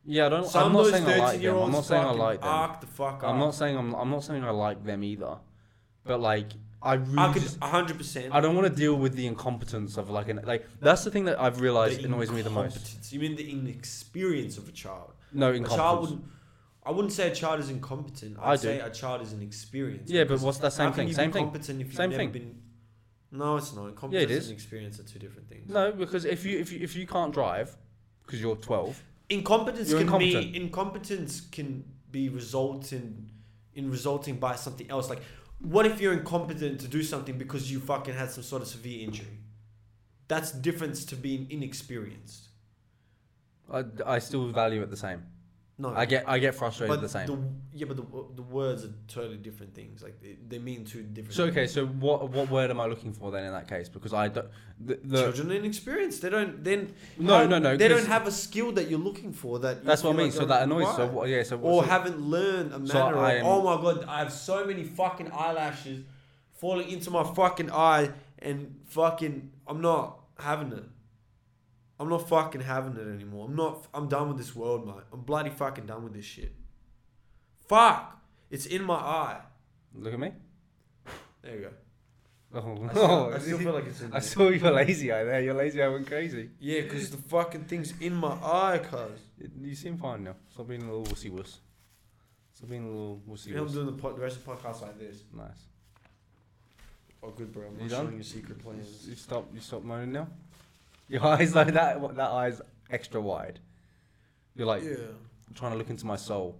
Yeah, I don't.
Some
I'm not
of those
saying I like them. I'm
thirteen-year-olds
not saying I
fucking
like them.
Arc the fuck up.
I'm not saying I'm. I'm not saying I like them either. But like, I really
I could
just.
100. percent
I don't want to deal with the incompetence of like an like. That's the thing that I've realized annoys me the most.
incompetence. You mean the inexperience of a child?
No
A child
incompetence.
would. I wouldn't say a child is incompetent. I'd
I do.
say a child is inexperienced.
Yeah, but
because
what's that
how
same
can
thing?
you
Same
be
thing.
Competent if you've
Same
never
thing.
been. No, it's not. Competence
is.
and experience are two different things.
No, because if you if you if you can't drive, because you're 12.
Incompetence
You're
can
incompetent.
be incompetence can be resulting in resulting by something else. Like, what if you're incompetent to do something because you fucking had some sort of severe injury? That's difference to being inexperienced.
I, I still value it the same.
No,
I get I get frustrated
Oh. but
the same.
yeah, but the, wo- the words are totally different things. Like they, they mean two different.
so okay, so what what word am I looking for then in that case? Because I don't the, the
children are inexperienced. They don't then.
No, no, no,
They
'cause-
don't have a skill that you're looking for. That you
that's what I
feel
mean.
like
So
you're
that annoys. So
required.
what, yeah. So
or
so-
haven't learned a manner.
So
of,
I am-
oh my god, I have so many fucking eyelashes falling into my fucking eye, and fucking, I'm not having it. I'm not fucking having it anymore. I'm not. I'm done with this world, mate. I'm bloody fucking done with this shit. Fuck, it's in my eye.
look at me.
There you go.
Oh,
I still, I still feel like it's in.
I
There.
saw your lazy eye there. Your lazy eye went crazy.
Yeah, because the fucking thing's in my eye, cuz.
You seem fine now. Stop being a little wussy wuss. Stop being a little wussy
Yeah, I'm
wuss.
doing the, pod, the rest of the podcast like this.
Nice.
Oh, good, bro. I'm
You
not
done?
showing you secret plans.
You stop. You stop moaning now. Your eyes like that. That eyes extra wide. You're like
yeah.
trying to look into my soul.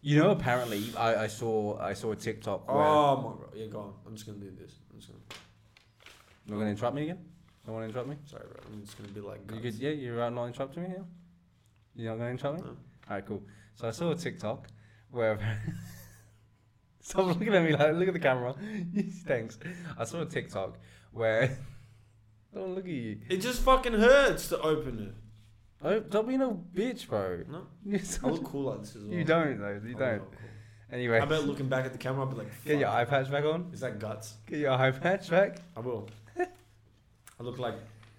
You know, apparently, I, I saw I saw a TikTok where.
Oh my god. Yeah, go on. I'm just gonna do this. I'm just gonna.
You're gonna interrupt me again? Don't want to interrupt me.
Sorry, bro. I'm just gonna be like.
You
guys.
good? Yeah, you're right. Not interrupting me here. You're not gonna interrupt me.
No.
All right, cool. So I saw a TikTok where. Stop looking at me like, look at the camera. Thanks. I saw a TikTok where. Don't look at you.
It just fucking hurts to open
Oh, don't be no bitch, bro.
it. No,
You're
I
such-
look cool like this as well.
you don't, though.
I
You
look
don't.
cool.
Anyway,
I bet looking back at the camera, I'll be like, Fuck.
get your eye patch back on.
Is that guts?
Get your eye patch back.
I will. I look like.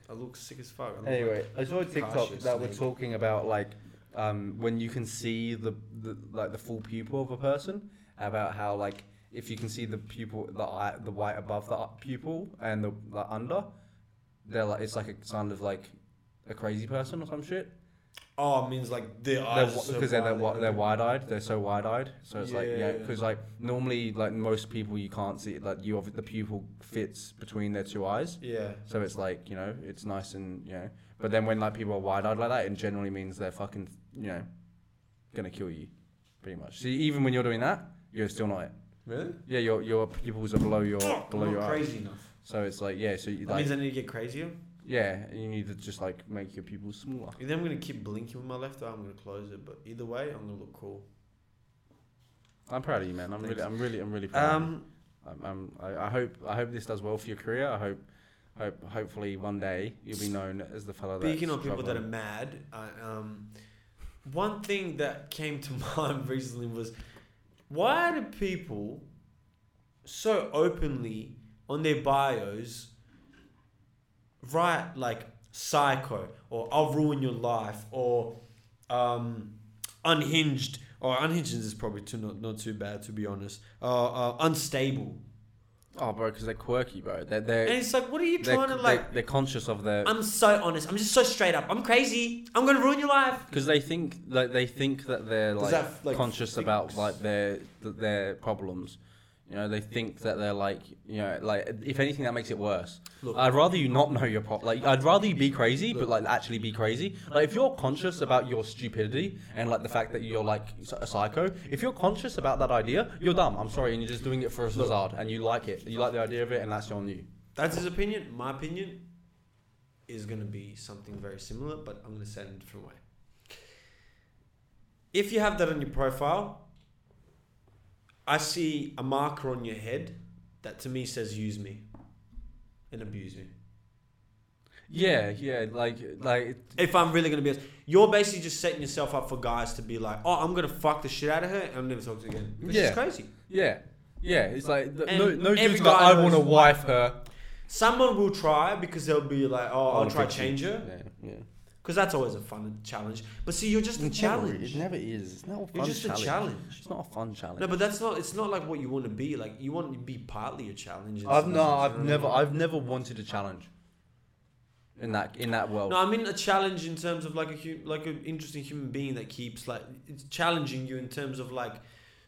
I look sick as fuck. I look
Anyway, I saw a TikTok
Cautious
that were
neighbor.
talking about like um, when you can see the, the like the full pupil of a person, about how like if you can see the pupil, the eye, the white above the up- pupil and the, the under, they're like it's like a sign of like a crazy person or some shit.
Oh, it means like their
They're
eyes.
wi-
are so
Because they're they're,
wide,
wi- they're
open.
wide eyed. They're so wide eyed. So it's like yeah.
Yeah.
Because like normally like most people you can't see like you obvi- the pupil fits between their two eyes.
Yeah.
So it's like, you know, it's nice and, you know, but then when like people are wide eyed like that, it generally means they're fucking, you know, gonna kill you pretty much. See, even when you're doing that, you're still not it.
Really?
Yeah, your, your pupils are below your,
Oh, I'm
below
not
your eyes.
crazy enough.
So it's like, yeah, so you
That
like,
means I need to get crazier.
yeah, you need to just like make your pupils smaller.
Either I'm gonna keep blinking with my left eye, I'm gonna close it. But either way, I'm gonna look cool.
I'm proud of you, man. I'm
Thanks.
really, I'm really, I'm really proud. Um,
Um,
I'm, I'm, I, I hope, I hope this does well for your career. I hope, hope, hopefully one day you'll be known as the fellow that's
speaking of people that are
struggling.
mad, I, um, one thing that came to mind recently was why do people so openly on their bios write like psycho or I'll ruin your life or um, unhinged or unhinged is probably too not, not too bad to be honest uh, uh, unstable
Oh, bro, because they're quirky, bro. They're they're
and it's like what are you
they're,
trying to like
they're, they're conscious of their
I'm so honest I'm just so straight up I'm crazy I'm gonna ruin your life
because they think like they think that they're
Does
like,
that, like,
conscious
fix-
about like their th- their problems. You know, they think that they're like you know like if anything that makes it worse.
Look.
I'd rather you not know your pro- like I'd rather you be crazy, but
Look.
like actually be crazy. Like if you're conscious about your stupidity and like the fact that you're like s- a psycho, if you're conscious about that idea, you're dumb. I'm sorry, and you're just doing it for a facade, and you like it, you like the idea of it, and that's on you.
That's his opinion. My opinion is going to be something very similar, but I'm going to say it in a different way. If you have that on your profile, I see a marker on your head that to me says use me and abuse me.
Yeah, yeah, like like
If I'm really going to be honest, you're basically just setting yourself up for guys to be like, oh, I'm going to fuck the shit out of her and I'll never talk to you again. Which is
Yeah.
crazy.
yeah. Yeah, it's like th- no,
And
no dude's
every
like,
guy
I want to
knows-
wife her.
Someone will try because they'll be like, oh, I'll try to change her.
Yeah,
Because that's always a fun challenge. But see, you're just a challenge.
It never is. It's not a fun
You're just
challenge.
a challenge.
It's not a fun challenge.
No, but that's not. It's not like what you want to be. Like you want to be partly a challenge. in
I've
some
no,
sense,
I've
you know
never,
what I mean?
I've never wanted a challenge. In that, in that world.
No, I mean a challenge in terms of like a hu- like an interesting human being that keeps like it's challenging you in terms of like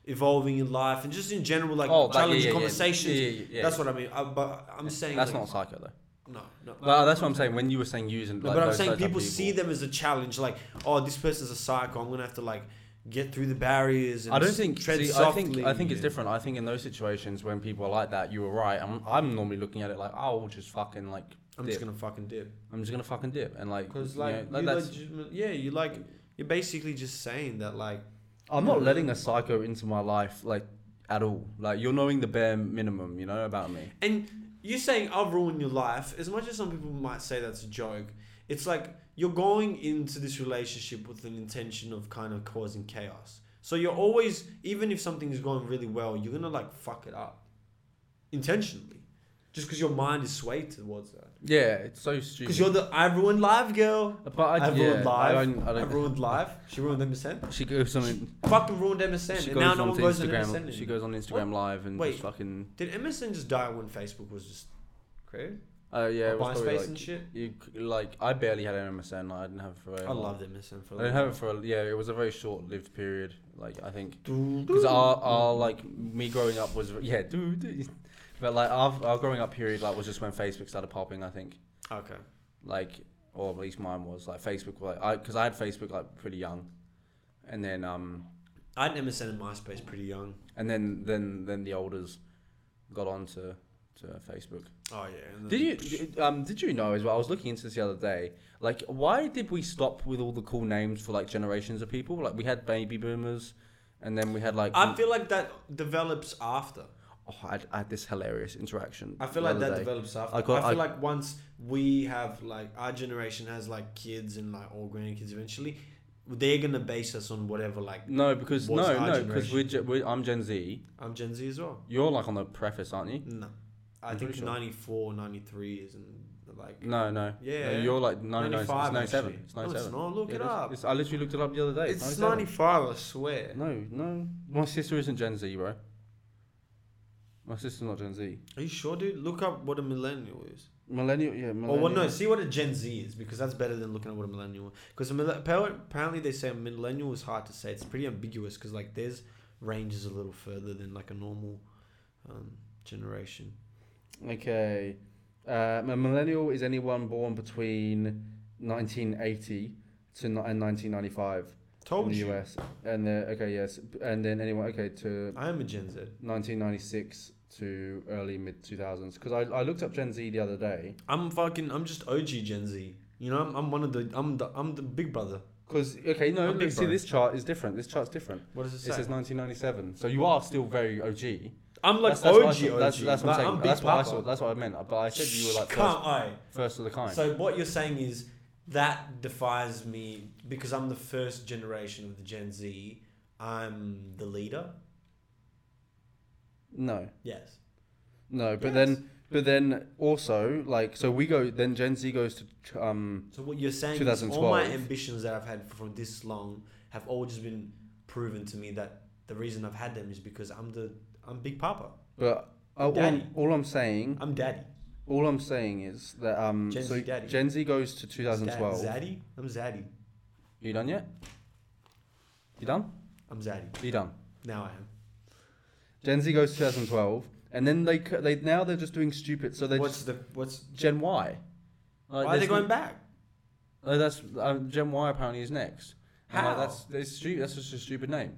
evolving in life and just in general like
Oh, that- yeah,
challenging
yeah, yeah.
conversations.
Yeah, yeah, yeah.
That's what I mean. I, but I'm saying
That's
like,
not psycho though.
No, no.
Well, that's what I'm saying. When you were saying using,
No,
like,
but I'm
those
saying
type of
people, see them as a challenge. Like, oh, this person's a psycho. I'm gonna have to like get through the barriers. And
I don't
s-
think.
Tread
See, I
softly.
think I think it's
and-
different. I think in those situations when people are like that, you were right. I'm I'm normally looking at it like, oh, we'll just fucking like,
I'm
dip.
just gonna fucking dip.
I'm just gonna fucking dip and like,
Because
you
like,
know,
you
that's-
legitimate- yeah, you like you're basically just saying that like
I'm not letting a psycho into my life like at all. Like you're knowing the bare minimum, you know, about me.
and you saying I'll ruin your life, as much as some people might say that's a joke, it's like you're going into this relationship with an intention of kind of causing chaos. So you're always even if something's going really well, you're gonna like fuck it up. Intentionally. Just because your mind is swayed towards that.
Yeah, it's so stupid.
Because you're the I ruined life girl.
but I,
I,
yeah,
ruined life.
I
I,
don't. I don't
ruined life. She ruined MSN.
she goes on.
Fucking ruined MSN.
She
and
goes
now no
on
one
to
goes to MSN.
Instagram.
anymore.
She goes on Instagram live and
Wait.
just fucking.
Did MSN just die when Facebook was just created?
Oh yeah,
Or
it was probably
MySpace
like,
and shit?
You c- like I barely had an MSN. like, I didn't have it for. Very
I
long.
loved MSN for
I
a
didn't have it for. A, yeah, it was a very short-lived period. Like I think because
Because
our, our like me growing up was yeah, dude. But like our, our growing up period like was just when Facebook started popping. I think.
Okay.
like or at least mine was like Facebook like I because I had Facebook like pretty young, and then um
I had MSN and MySpace pretty young.
and then then then the olders got on to, to Facebook.
Oh, yeah. and then-
Did you um did you know as well? I was looking into this the other day. Like why did we stop with all the cool names for like generations of people? Like we had baby boomers, and then we had like
I feel like that develops after.
oh, I, had, I had this hilarious interaction.
I
the
feel like
other
that
day.
develops after.
I
I,
got-
feel
I-
like once we have, like, our generation has, like, kids and, like, all grandkids eventually, they're going to base us on whatever, like,
No, because
was
no,
our
no, because
generation.
we're, ge- we're I'm Gen Z.
I'm Gen Z as well.
You're like on the preface, aren't you?
No. I
I'm
think
pretty sure.
94, 93 isn't, like,
No, no.
Yeah.
No, you're like 99. It's
95
97.
actually.
It's
No,
97.
it's not. Look
Yeah,
it
is.
up.
It's- I literally looked it up the other day.
It's
97.
95, I swear.
No, no. My sister isn't Gen Z, bro. My sister's not Gen Z.
Are you sure, dude? Look up what a millennial is.
Millennial, yeah.
Or
Millennial.
well, no, see what a Gen Z is because that's better than looking at what a millennial. Because apparently they say a millennial is hard to say. It's pretty ambiguous because like there's ranges a little further than like a normal um, generation.
Okay. Uh, a millennial is anyone born between 1980 to ni- and 1995
Told
in the
you,
US. And then, okay, yes. And then anyone, okay, to
I am a Gen Z.
1996 to early mid 2000s. Because I, I looked up Gen Z the other day.
I'm fucking. I'm just OG Gen Z. You know, I'm, I'm one of the. I'm the. I'm the big brother.
Because okay, no,
I'm
look,
big
see,
bro.
this chart is different. This chart's different.
What does it
It
say?
says 1997, so you are still very OG.
I'm like
that's, that's what I
OG.
saw-
OG.
That's, that's what
Like,
I'm saying.
big
that's what I
papa.
saw. That's what I meant. But I said you were like
Come
first,
on.
first of the kind.
So what you're saying is that defies me because I'm the first generation of the Gen Z. I'm the leader.
No,
Yes.
no.
Yes.
But then, but then also like so we go then Gen Z goes to um
So what you're saying is all my
2012.
ambitions that I've had for this long have all just been proven to me that the reason I've had them is because I'm the I'm Big Papa.
but uh, all,
Daddy.
all I'm saying
I'm Daddy.
all I'm saying is that um
Gen
so
Z daddy.
Gen Z goes to
Zad-
2012.
Zaddy. I'm Zaddy.
You done yet? You done?
I'm Zaddy.
You done?
Now I am.
Gen Z goes to 2012, and then they c- they now they're just doing stupid. So they
what's
just
the what's
Gen Y. Like,
why are they
there's
going
no-
back?
Uh, that's um, Gen Y apparently is next. And, like,
How?
that's that's stupid. That's just a stupid name.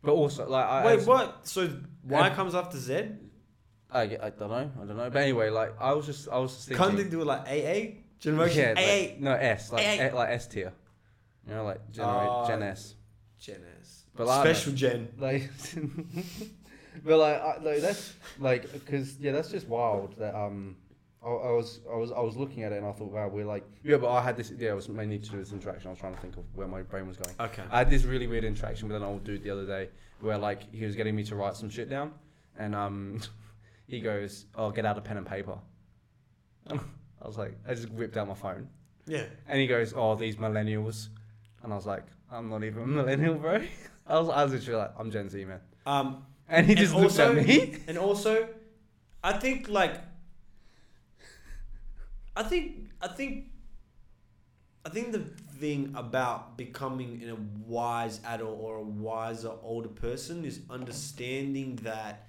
But also, like, I,
Wait,
I,
what? So Y
Ad-
comes after Z?
I, get- I don't know. I don't know. But anyway, like, I was just I was just thinking.
Can't they do it like AA? Generation
yeah,
AA.
like, no S, like
AA.
eh, like S tier. You know, like generate
Oh.
Gen S.
Gen S.
But like-
Special Gen.
Like, but like, I, like that's like because yeah, that's just wild. That um, I, I was I was I was looking at it and I thought, wow, we're like yeah, but I had this yeah, it was mainly to do with this interaction. I was trying to think of where my brain was going.
Okay.
I had this really weird interaction with an old dude the other day where like he was getting me to write some shit down and um he goes, Oh, get out a pen and paper. And I was like I just whipped out my phone.
Yeah.
And he goes, Oh, these millennials and I was like, I'm not even a millennial, bro. I was I was literally like, I'm Gen Z man.
Um
And he
And
just looked
also-
at me.
and also I think like I think I think I think the thing about becoming a wise adult or a wiser older person is understanding that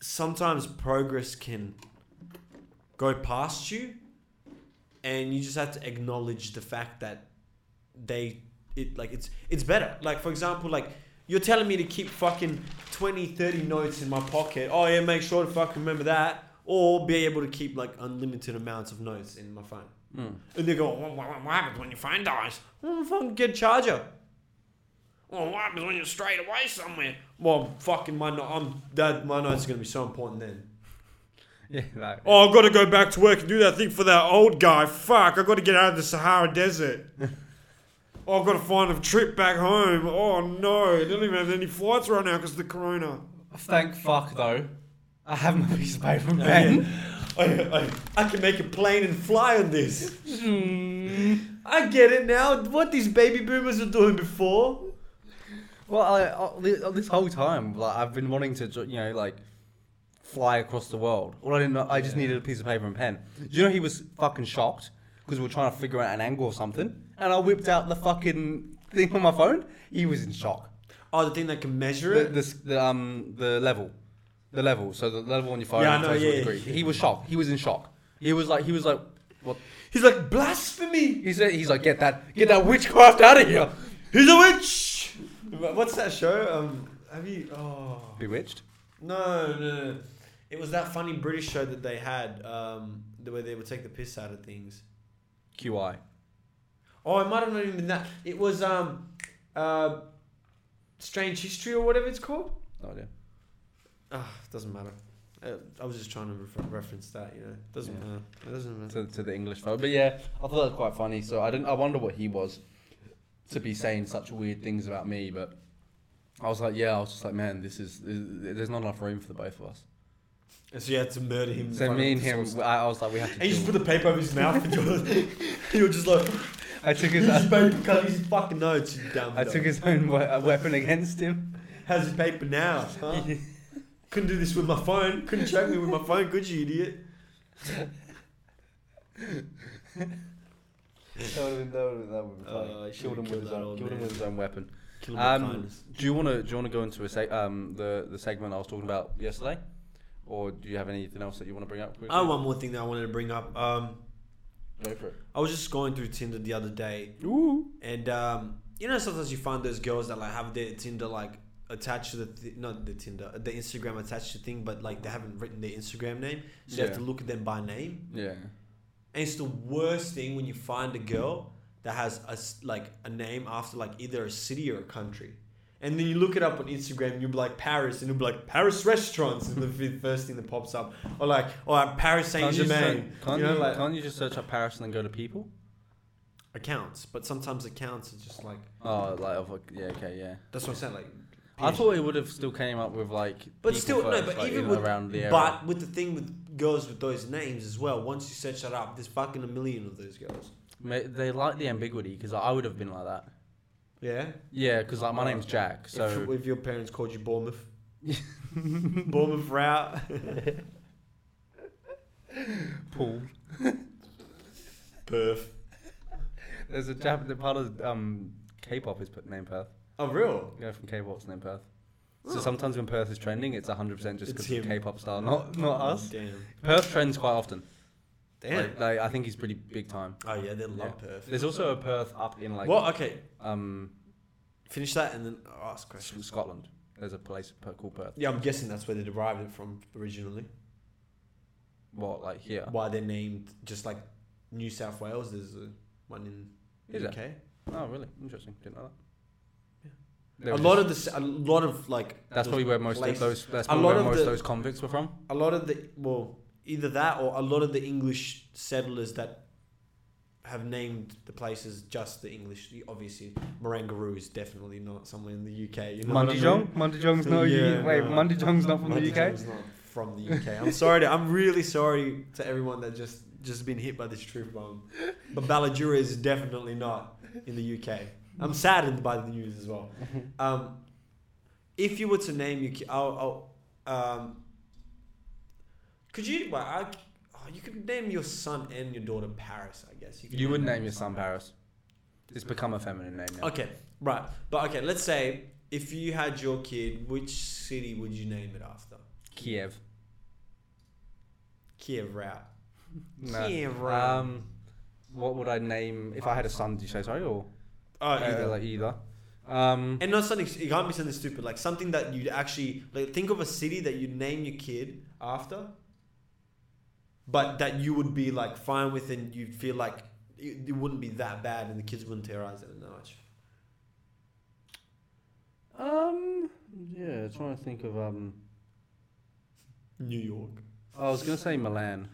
sometimes progress can go past you and you just have to acknowledge the fact that they it like it's it's better like for example like you're telling me to keep fucking 20 30 notes in my pocket oh yeah make sure to fucking remember that or be able to keep like unlimited amounts of notes in my phone
Mm.
and they go well, what, what happens when your phone dies well fucking get a charger well what happens when you're straight away somewhere well fucking my no- I'm that my notes are gonna be so important then
Yeah, like
Oh, I've got to go back to work and do that thing for that old guy. Fuck, I've got to get out of the Sahara Desert. oh, I've got to find a trip back home. Oh, no. I don't even have any flights right now because of the corona.
thank fuck though. I have my piece of paper and
I, I, I can make a plane and fly on this. Mm. I get it now. What these baby boomers were doing before.
Well, I, I, thi- oh, this whole time, like I've been wanting to, you know, like fly across the world. All I didn't know, I just
Yeah.
needed a piece of paper and pen. Do you know he was fucking shocked because we were trying to figure out an angle or something, and I whipped out the fucking thing on my phone. He was in shock.
Oh, the thing that can measure
The, the, s- the um the level, the level. So the level on your phone.
Yeah, I
it
know,
tells you what
yeah,
degree.
yeah.
He was shocked. He was in shock. He was like, he was like, what?
He's like, blasphemy.
He said, he's like, get that, get that witchcraft out of here.
He's a witch. What's that show? Um, have you. Oh.
Bewitched.
No, no, no. It was that funny British show that they had, um, the way they would take the piss out of things.
QI.
Oh, it might have not even been that. It was um, uh, Strange History or whatever it's called.
No idea.
Ah, doesn't matter. Uh, I was just trying to refer- reference that, you know. Doesn't
Yeah.
matter. It doesn't matter.
to, to the English folk. But yeah, I thought that was quite funny. So I didn't. I wonder what he was to be saying such weird things about me. But I was like, yeah, I was just like, man, this is. There's not enough room for the both of us.
And so you had to murder him. in
So
front of
me and
this
him,
whole-
I, I was like, we have to.
And you just
Kill.
put the paper over his mouth and you're, you're just like,
I took
here's
his.
his paper, cut his fucking notes, you dumb
I
dog.
took his own we- uh, weapon against him.
How's your paper now? Huh? Couldn't do this with my phone. Couldn't choke me with my phone, could you, idiot?
That would have been. That would have been, that would've been funny.
Oh, I
killed him
should've
with his
killed that
own.
old
Killed him
man.
with his own weapon.
Kill
Um, do you want to? Do you want to go into a seg- um the the segment I was talking about yesterday, or do you have anything else that you want to bring up? quickly?
Oh, one more thing that I wanted to bring up. Um,
Go for it.
I was just going through Tinder the other day,
Ooh.
and um, you know sometimes you find those girls that like have their Tinder like attached to the th- not the Tinder, the Instagram attached to thing, but like they haven't written their Instagram name, so you
Yeah.
have to look at them by name.
Yeah.
And it's the worst thing when you find a girl that has a s- like a name after like either a city or a country. And then you look it up on Instagram, you'll be like Paris, and you'll be like Paris restaurants, and the fi- first thing that pops up, or like, all right, Paris Saint
Can't you, just,
Germain.
can't,
You know,
you-
like-
can't you just search up Paris and then go to people?
Accounts, but sometimes accounts are just like
Oh, like of- yeah, okay, yeah.
that's what I'm saying. Like,
I thought it would have still came up with like.
But
people
still, no,
first,
but
like,
even
in
with-
around the area.
but with the thing with girls with those names as well, once you search that up, there's fucking a million of those girls.
Ma- they like the ambiguity because I would have been like that.
Yeah.
Yeah, because like my name's Jack,
if,
so
if your parents called you Bournemouth, Bournemouth route.
Paul.
Perth.
There's a Jap- the part of um, K-pop is put name Perth.
Oh, real?
You go from K-pop's name Perth. So sometimes when Perth is trending, it's 100% just
It's
because of
him.
K-pop style, not not us.
Damn.
Perth trends quite often.
Damn.
Like, like, I think he's pretty big time.
oh yeah, they love Perth.
There's also a Perth up in like
well, okay.
um
Finish that and then I'll ask
S-
questions.
Scotland. There's a place per- called Perth.
Yeah, I'm guessing that's where they derived it from originally.
What like here?
Why they're named just like New South Wales. There's a one in
Is
the
there?
UK.
Oh really? Interesting. Didn't know that.
Yeah.
They
a
were
lot
just-
of the s- a lot of like those
that's probably where most of
places-
those that's
a
probably
lot
where
of
most
the-
of those convicts were from.
a lot of the well either that or a lot of the English settlers that have named the places just the English. Obviously, Marangaroo is definitely not somewhere in the UK. You know what I mean?
Mandijong? Mandijong's no
Yeah,
you- wait,
no.
Mandijong's not from
My
the
dad
UK.
was not from the UK. I'm sorry. To, I'm really sorry to everyone that just just been hit by this truth bomb. But Balajura is definitely not in the UK. I'm saddened by the news as well. Um, if you were to name your, ki- I'll, I'll, um, could you? Well, I, oh, you could name your son and your daughter Paris. I guess could
You would name your son Paris. It's become a feminine name now.
Okay, right. But okay, let's say if you had your kid, which city would you name it after?
Kiev.
Kiev route.
No.
Kiev route.
Um, what would I name if I had a son? Did you say sorry or
Oh,
Uh,
either.
like either? Um,
and not something. It can't be something stupid. Like something that you'd actually like. Think of a city that you'd name your kid after, but that you would be like fine with, and you'd feel like it, it wouldn't be that bad, and the kids wouldn't terrorize it that much.
um, yeah, trying to think of um. oh,
New York.
I was gonna say Milan.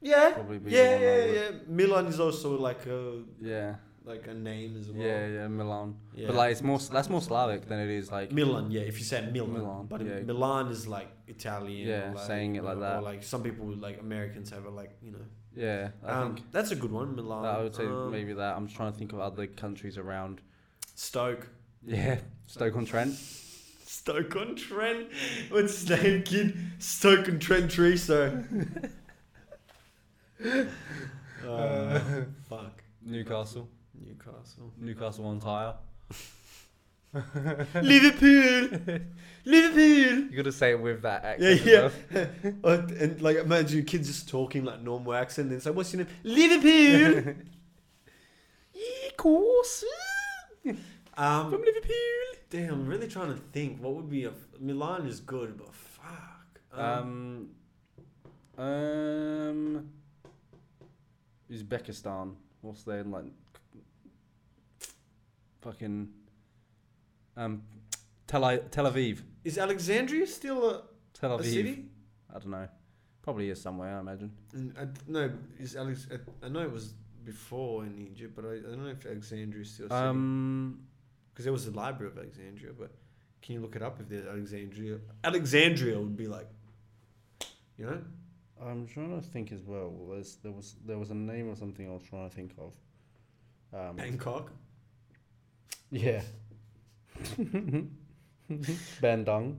Yeah.
Probably be the
Yeah,
one I
yeah,
would-
yeah. Milan is also like a
yeah,
like a name as well.
yeah, yeah, Milan.
Yeah.
But like, it's more that's more Slavic than it is like.
Milan, yeah. If you said Milan,
Milan,
but
yeah.
Milan is like Italian. or
Yeah, saying it like
or
that.
like some people, like Americans, have a like you know.
yeah, I
um,
think
that's a good one, Milan.
that I would say
Um,
maybe that. I'm just trying to think of other countries around.
Stoke.
Yeah, Stoke on Trent.
Stoke on Trent. What's his name, kid? Stoke on Trent Treso. uh, fuck.
Newcastle,
Newcastle.
Newcastle on Tyre.
Liverpool. Liverpool.
You gotta say it with that
Yeah,
accent.
yeah.
though.
Uh, and like imagine kids just talking like normal accent. And it's like, what's your name? Liverpool.
Of course.
um,
From Liverpool.
Damn, I'm really trying to think. What would be a Milan is good, but fuck.
Um, um, Uzbekistan. What's their like? Fucking. Um, Tel I- Tel Aviv.
is Alexandria still a,
Tel
a
Aviv.
city?
I don't know. Probably is somewhere. I imagine.
And I, d- no, is Alex? uh, I, I know it was before in Egypt, but I, I don't know if Alexandria is still a city
Um,
because there was the Library of Alexandria. But can you look it up if there's Alexandria? Alexandria would be like, you know,
I'm trying to think as well. There's there was there was a name or something I was trying to think of. Um,
Bangkok.
yeah. Bandung.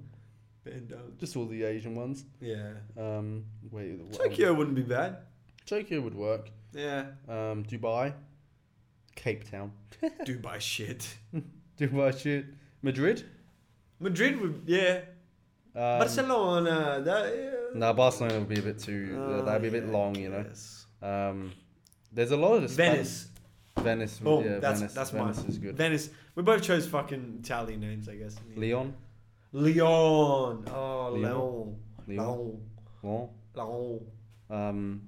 Bandung.
Just all the Asian ones.
Yeah.
Um, wait, what-
Tokyo wouldn't be bad.
Tokyo would work.
Yeah.
Um, Dubai, Cape Town,
Dubai shit.
Dubai shit, Madrid,
Madrid would. Yeah.
um,
Barcelona. That. Yeah.
Nah, Barcelona would be a bit too. uh,
Ah,
that'd be a bit
yeah,
long, you know.
yes.
Um, there's a lot of the Spanish-
Venice.
Venice. would-
Boom,
yeah,
that's-
Venice,
that's
Venice is good.
Venice. We both chose fucking Italian names, I guess.
Leon,
Leon. Oh, Leon.
Leon. Leon,
Leon.
Lyon.
Leon.
Um,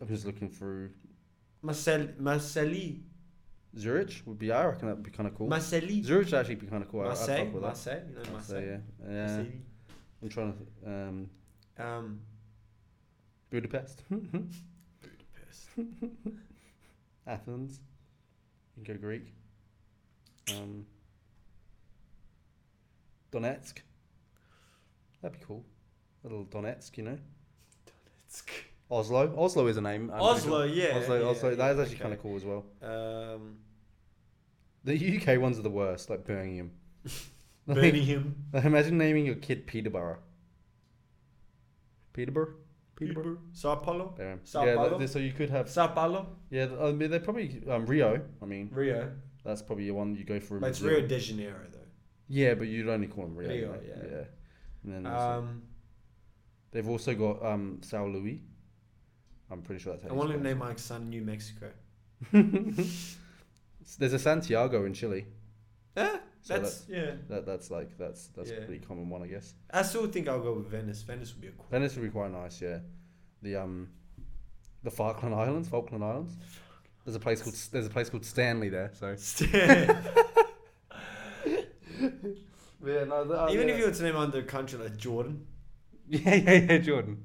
I'm just looking through.
Marcel. Marcelli.
Zurich would be. I reckon that'd be kind of cool.
Marseille.
Zurich would actually be kind of cool. I- I'd
Marseille.
fuck with that.
Marseille. You know
Marseille,
Marseille.
yeah. Uh, Yeah. I'm trying to. th- Um,
Marseille. Um,
Budapest,
Budapest.
Athens. You can go Greek. Um, Donetsk. That'd be cool. A little Donetsk, you know.
Donetsk.
Oslo. Oslo is a name. I'm pretty
Oslo,
sure.
yeah.
Oslo.
yeah,
Oslo.
yeah,
that is actually
okay.
kind of cool as well.
Um,
The UK ones are the worst, like Birmingham. Like,
Birmingham.
Like, imagine naming your kid Peterborough. Peterborough? Peterborough?
Sao Paulo.
Birmingham.
Sao
yeah,
Paulo?
th- so you could have.
Sao Paulo.
Yeah, th- I mean, they probably. Um, Rio, I mean,
Rio.
that's probably the one you go for. in
But it's
Brazil.
Rio de Janeiro though.
Yeah, but you'd only call them Rio.
Rio,
right?
yeah.
yeah. And then also-
Um,
they've also got um, Sao Luis. I'm pretty sure that's how
I
you
want to
spell it.
name my son New Mexico.
There's a Santiago in Chile.
Eh,
So
that's yeah.
That, that's like that's that's a
Yeah.
pretty common one, I guess.
I still think I'll go with Venice. Venice would be a cool.
Venice would be quite nice, yeah. The um, the Falkland Islands, Falkland Islands. There's a place called there's a place called Stanley there. So Oh, yeah, no, the,
Even if you were to name under a country like Jordan,
yeah, yeah, yeah, Jordan.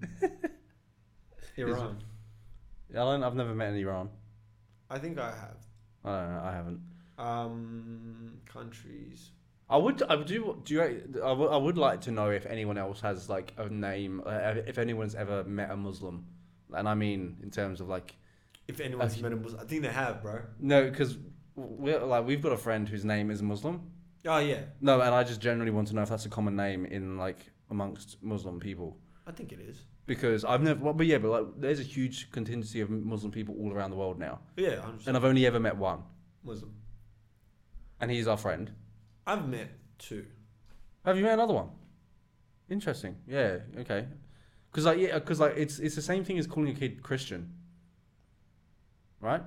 Iran.
I don't, I've never met in Iran.
I think I have.
I don't know. I haven't.
Um, countries.
I would. I would do. Do you? I would, I would like to know if anyone else has like a name. Uh, if anyone's ever met a Muslim, and I mean in terms of like
If anyone's
Have
met a Muslim, I think they have, bro.
no, because we're like we've got a friend whose name is Muslim.
Oh yeah,
No, and I just generally want to know if that's a common name in like amongst Muslim people
I think it is.
because I've never. Well, but yeah, but like there's a huge contingency of Muslim people all around the world now,
Yeah, 100%
and I've only ever met one,
Muslim.
and he's our friend.
I've met two.
Have you met another one? Interesting. Yeah. Okay. Because like yeah, because like it's it's the same thing as calling a kid Christian. Right.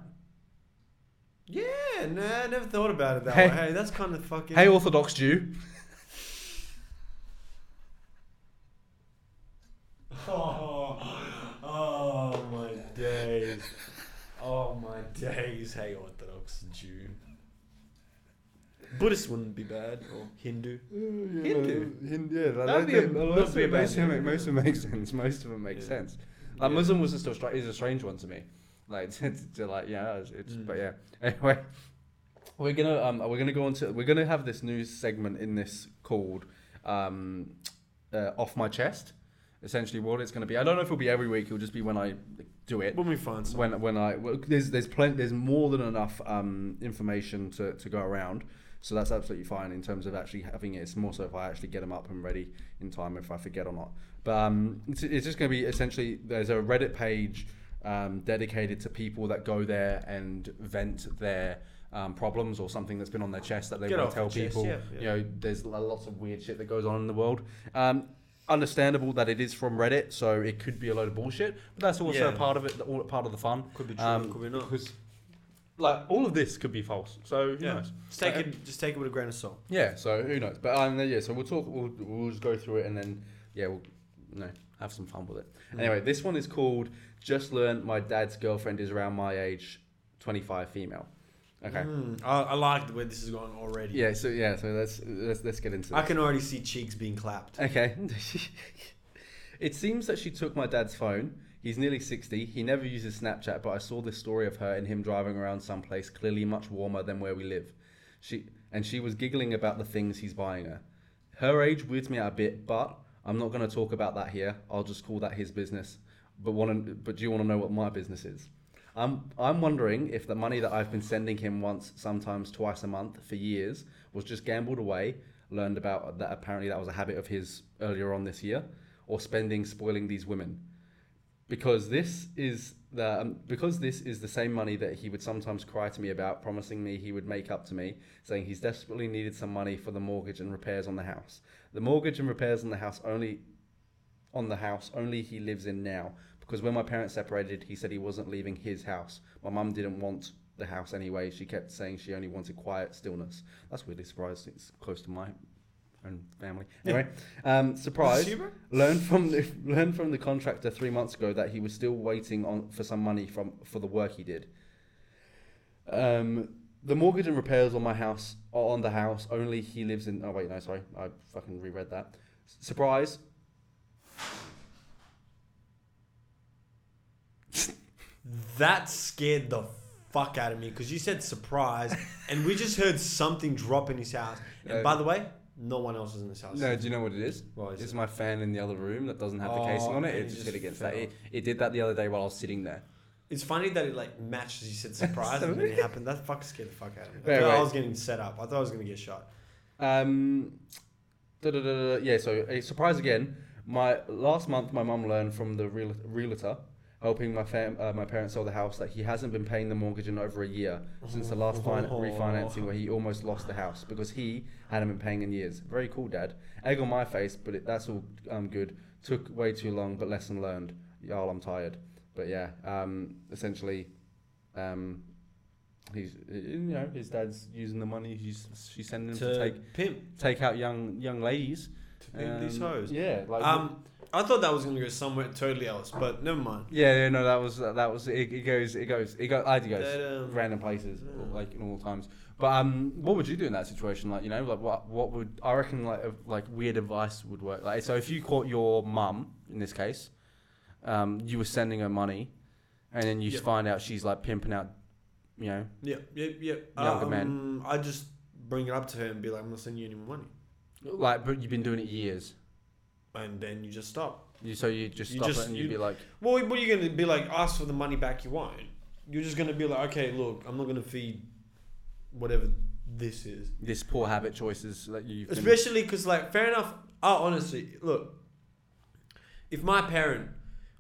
Yeah, nah, I never thought about it that
Hey.
way. Hey, that's kind of fucking.
Hey, Orthodox Jew.
Oh, oh my days. Oh my days. Hey, Orthodox Jew. Buddhist wouldn't be bad, or Hindu. Hindu.
Yeah, that,
That'd be a- that'd be a
eh. most,
bad
of
name.
it, most of it makes sense. Most of it makes
Yeah.
sense. Like
Yeah.
Muslim was a still str- is a strange one to me. Like to, to, to like yeah, it's, it's
Mm.
but yeah. Anyway, we're gonna um we're gonna go on to we're gonna have this new segment in this called um uh, off my chest. Essentially, what it's gonna be. I don't know if it'll be every week. It'll just be when I do it.
When we find someone.
When when I well, there's there's plenty there's more than enough um, information to, to go around, so that's absolutely fine in terms of actually having it. It's more so if I actually get them up and ready in time if I forget or not. But um, it's, it's just going to be essentially there's a Reddit page um, dedicated to people that go there and vent their um, problems or something that's been on their chest that they
Get
want
off
to tell
their chest,
people.
yeah, yeah.
You know, there's a lot of weird shit that goes on in the world. Um, understandable that it is from Reddit, so it could be a load of bullshit, but that's also
Yeah.
a part of it, all part of the fun.
Could be true,
Um,
could be not.
Because, like, all of this could be false. So who
Yeah.
knows?
Just take it. Just take it with a grain of salt.
Yeah. So who knows? But um, yeah. So we'll talk. We'll, we'll just go through it and then yeah, we'll you know, have some fun with it.
Mm.
Anyway, this one is called "Just Learned My Dad's Girlfriend Is Around My Age, 25 Female." Okay.
Mm, I, I like the way this is going already.
Yeah. So yeah. So let's let's let's get into. This.
I can already see cheeks being clapped.
Okay. it seems that she took my dad's phone. He's nearly 60. He never uses Snapchat, but I saw this story of her and him driving around someplace clearly much warmer than where we live. She and she was giggling about the things he's buying her. Her age weirds me out a bit, but I'm not going to talk about that here. I'll just call that his business. But want to, but do you want to know what my business is? I'm I'm wondering if the money that I've been sending him once, sometimes twice a month for years, was just gambled away. Learned about that apparently that was a habit of his earlier on this year, or spending spoiling these women, because this is the um, because this is the same money that he would sometimes cry to me about, promising me he would make up to me, saying he's desperately needed some money for the mortgage and repairs on the house. The mortgage and repairs on the house only on the house only he lives in now because when my parents separated he said he wasn't leaving his house my mum didn't want the house anyway she kept saying she only wanted quiet stillness that's weirdly surprised it's close to my own family anyway um surprise
Is this you, bro?
learned from the learned from the contractor three months ago that he was still waiting on for some money from for the work he did um the mortgage and repairs on my house are on the house. Only he lives in. Oh wait, no, sorry, I fucking reread that. S- Surprise.
That scared the fuck out of me because you said surprise, and we just heard something drop in his house. And
No.
by the way, no one else is in this house.
No, do you know what it is?
What is
it's my fan in the other room that doesn't have the
Oh,
casing on it.
and
It
it
just,
just
hit against
fell.
that. It, it did that the other day while I was sitting there.
It's funny that it like matches. You said surprise, and then it happened. That fuck scared the fuck out of me. I
Wait,
thought I
wait.
was getting set up. I thought I was gonna get shot.
Um, da, da, da, da, yeah, so a surprise again. My last month, my mum learned from the real, realtor helping my fam, uh, my parents sell the house that he hasn't been paying the mortgage in over a year since the last fin-
Oh.
refinancing where he almost lost the house because he hadn't been paying in years. Very cool, Dad. Egg on my face, but it, that's all um, good. Took way too long, but lesson learned. Y'all, I'm tired. But yeah, um, essentially, um, he's you know his dad's using the money he's she's sending him to,
To
take
pimp,
take out young young ladies.
to pimp these
Um,
hoes.
Yeah, like
Um, I thought that was gonna go somewhere totally else, but never mind.
yeah, yeah, no, that was that was it, it goes it goes it go I had to go
That, um,
random places or,
yeah.
like in all times. But um, what would you do in that situation? Like you know, like what what would I reckon like a, like weird advice would work? Like so, if you caught your mum in this case, um, you were sending her money, and then you
Yeah.
find out she's like pimping out, you know,
Yep, yep, yep.
Younger
um,
man.
I just bring it up to her and be like, I'm not sending you any more money.
like but you've been doing it years.
And then you just stop.
You so you just
You
stop
just-
it and you'd
you-
be like,
Well, what are you going to be like? Ask for the money back, you won't. You're just going to be like, okay, look, I'm not going to feed whatever this is.
this poor habit choices that you've been-
Especially because, like, fair enough. I honestly, look, if my parent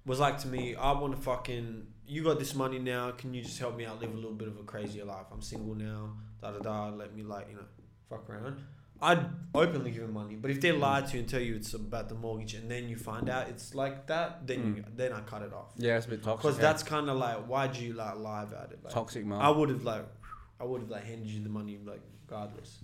was like to me, I want to fucking, you got this money now, can you just help me out live a little bit of a crazier life? I'm single now, da da da, let me, like, you know, fuck around. I'd openly give him money, but if they lie to you and tell you it's about the mortgage and then you find out it's like that, then you, then I cut it off.
yeah, it's a bit toxic.
Because
yeah.
that's kind of like, why'd you like lie about it? Like,
toxic mom.
I would have like, I would have like handed you the money like regardless.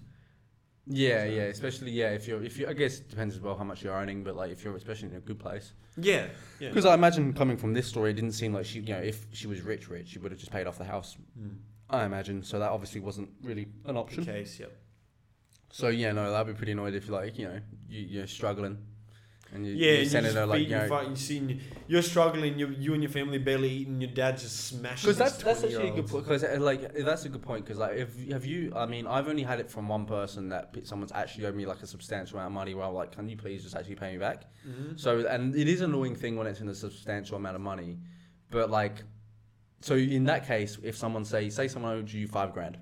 yeah,
So-
yeah, especially yeah. If you're, if you, I guess it depends as well how much you're earning, but like if you're especially in a good place,
Yeah, yeah.
because I imagine coming from this story, it didn't seem like she, you know, if she was rich, rich, she would have just paid off the house.
Mm.
I imagine so that obviously wasn't really an option.
case, yep.
So yeah, no, that'd be pretty annoyed if like you know you, you're struggling, and you,
Yeah,
you're
and you
sending her like you
you
know.
fight, you see, you're struggling. You, you and your family barely eating. Your dad just smashes.
Because that's
these
that's actually a good
20-year-olds.
point. Because like that's a good point. Because like if have you, I mean, I've only had it from one person that p- someone's actually owed me like a substantial amount of money. Where I'm like, can you please just actually pay me back?
Mhm.
So and it is an annoying thing when it's in a substantial amount of money, but like, so in that case, if someone say say someone owed you five grand,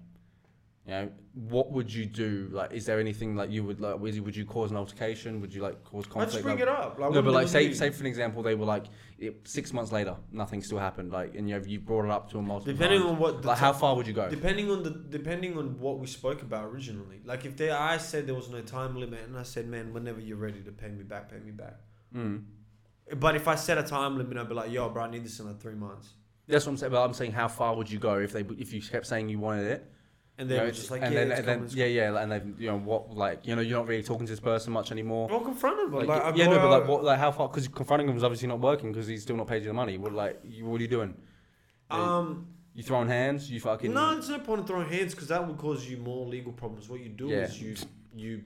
you know, what would you do? Like, is there anything like you would like? Would you, would you cause an altercation? Would you like cause
I just
conflict?
bring it
Like-
up. Like,
no, but
what
like
do
say
you-
say for an example, they were like it, six months later, nothing still happened. Like, and you have you brought it up to a multiple.
depending
times.
on what the
like how far would you go?
depending on the depending on what we spoke about originally. Like if they, I said there was no time limit, and I said, man, whenever you're ready to pay me back, pay me back.
Mm.
But if I set a time limit, I'd be like, yo, bro, I need this in like three months.
That's what I'm saying. But I'm saying how far would you go if they if you kept saying you wanted it?
And
you
they
know,
were
it's-
just like,
and
yeah,
then,
it's
and then
coming, it's
yeah, yeah, and then you know what, like you know, you're not really talking to this person much anymore.
coming. Well, confronted, but
Like,
like, I
yeah,
go
no, but
out-
like, what, like how far? Because confronting him is obviously not working because he's still not paid you the money. What, like, you, what are you doing?
um,
You throwing hands? You fucking
No, there's no point in throwing hands because that would cause you more legal problems. What you do
Yeah.
is you you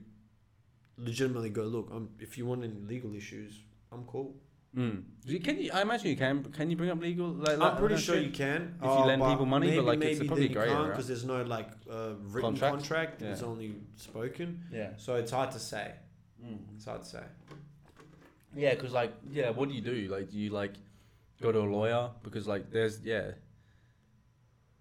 legitimately go, look, i if you want any legal issues, I'm cool.
Mm. Do you- Can you? I imagine you can. Can you bring up legal? Like,
I'm
that-
pretty
that
sure
shit?
you can. Uh,
If you lend people money, but, like, it's probably grey area, right?
because there's no like uh, written contract.
Contract?
It's
Yeah.
only spoken,
Yeah.
so it's hard to say.
Mm.
It's hard to say.
Yeah, because like, yeah, what do you do? Like, do you like go to a lawyer? Because like, there's yeah.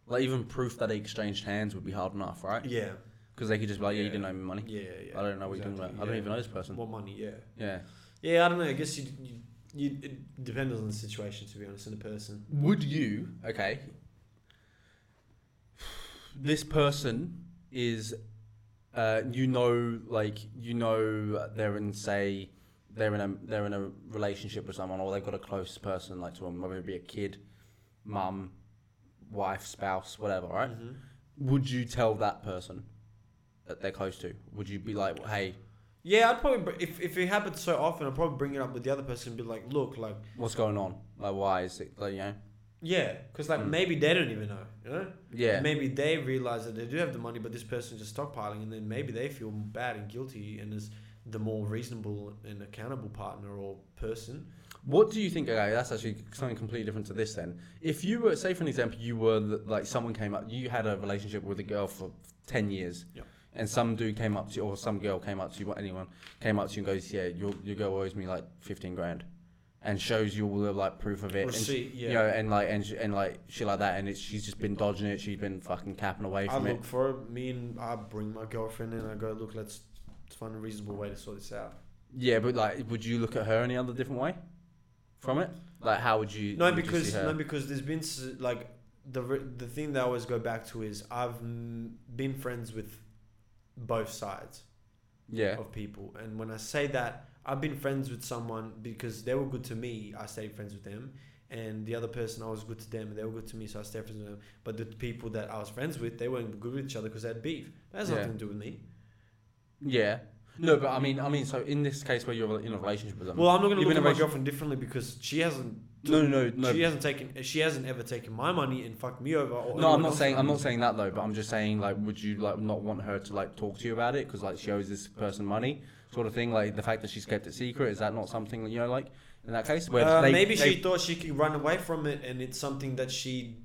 Like even proof that they exchanged hands would be hard enough, right?
Yeah,
Because they could just be like, yeah,
Yeah.
you didn't owe me money.
yeah, yeah.
I don't know what you're talking
exactly,
about. I don't
yeah.
even know this person.
What money? Yeah,
Yeah.
yeah. I don't know. I guess you you, you it depends on the situation to be honest, and the person.
Would you? Okay. This person is, uh, you know, like you know, they're in say they're in a they're in a relationship with someone, or they've got a close person like to them, whether it be a kid, mum, wife, spouse, whatever. Right?
Mhm.
Would you tell that person that they're close to? Would you be like, hey,
Yeah, I'd probably br- if if it happened so often, I'd probably bring it up with the other person and be like, "Look, like
what's going on? Like, why is it? Like, you know,
Yeah, because like
Mm.
maybe they don't even know, you know.
Yeah.
Maybe they realize that they do have the money, but this person's just stockpiling, and then maybe they feel bad and guilty, and is the more reasonable and accountable partner or person.
What do you think? Okay, that's actually something completely different to this. Then, if you were, say, for an example, you were the, like someone came up, you had a relationship with a girl for ten years,
Yeah.
and some dude came up to you, or some girl came up to you, or anyone came up to you and goes, "Yeah, your your girl owes me like fifteen grand," and shows you all the like proof of it, and she-
Receipt, yeah.
you know, and like and sh- and like shit like that, and it's she's just been dodging it, she's been fucking capping away
I
from it.
look for it. Me and I bring my girlfriend, and I go, look, let's find a reasonable way to sort this out.
Yeah, but like, would you look at her any other different way from it? Like, how would you?
No,
would you see
because
her?
no, because there's been s- like the re- the thing that I always go back to is I've mm, been friends with both sides
yeah,
of people, and when I say that I've been friends with someone because they were good to me, I stayed friends with them, and the other person I was good to them, and they were good to me, so I stayed friends with them. But the people that I was friends with, they weren't good with each other because they had beef. That has
Yeah.
nothing to do with me.
yeah. No, but I mean, I mean, so in this case where you're in a relationship with them,
Well, I'm not gonna
You've
look
been
at my
a racist-
girlfriend differently because she hasn't.
Um, no, no, no,
She
no.
hasn't taken. She hasn't ever taken my money and fucked me over. Or
No,
anyone
I'm not
else's
saying I'm
money.
not saying that though. But I'm just saying like, would you like not want her to like talk to you about it because like she owes this person money, sort of thing. Like the fact that she's kept it secret is that not something that you know like in that case where
Uh,
they,
maybe
they-
she thought she could run away from it, and it's something that she.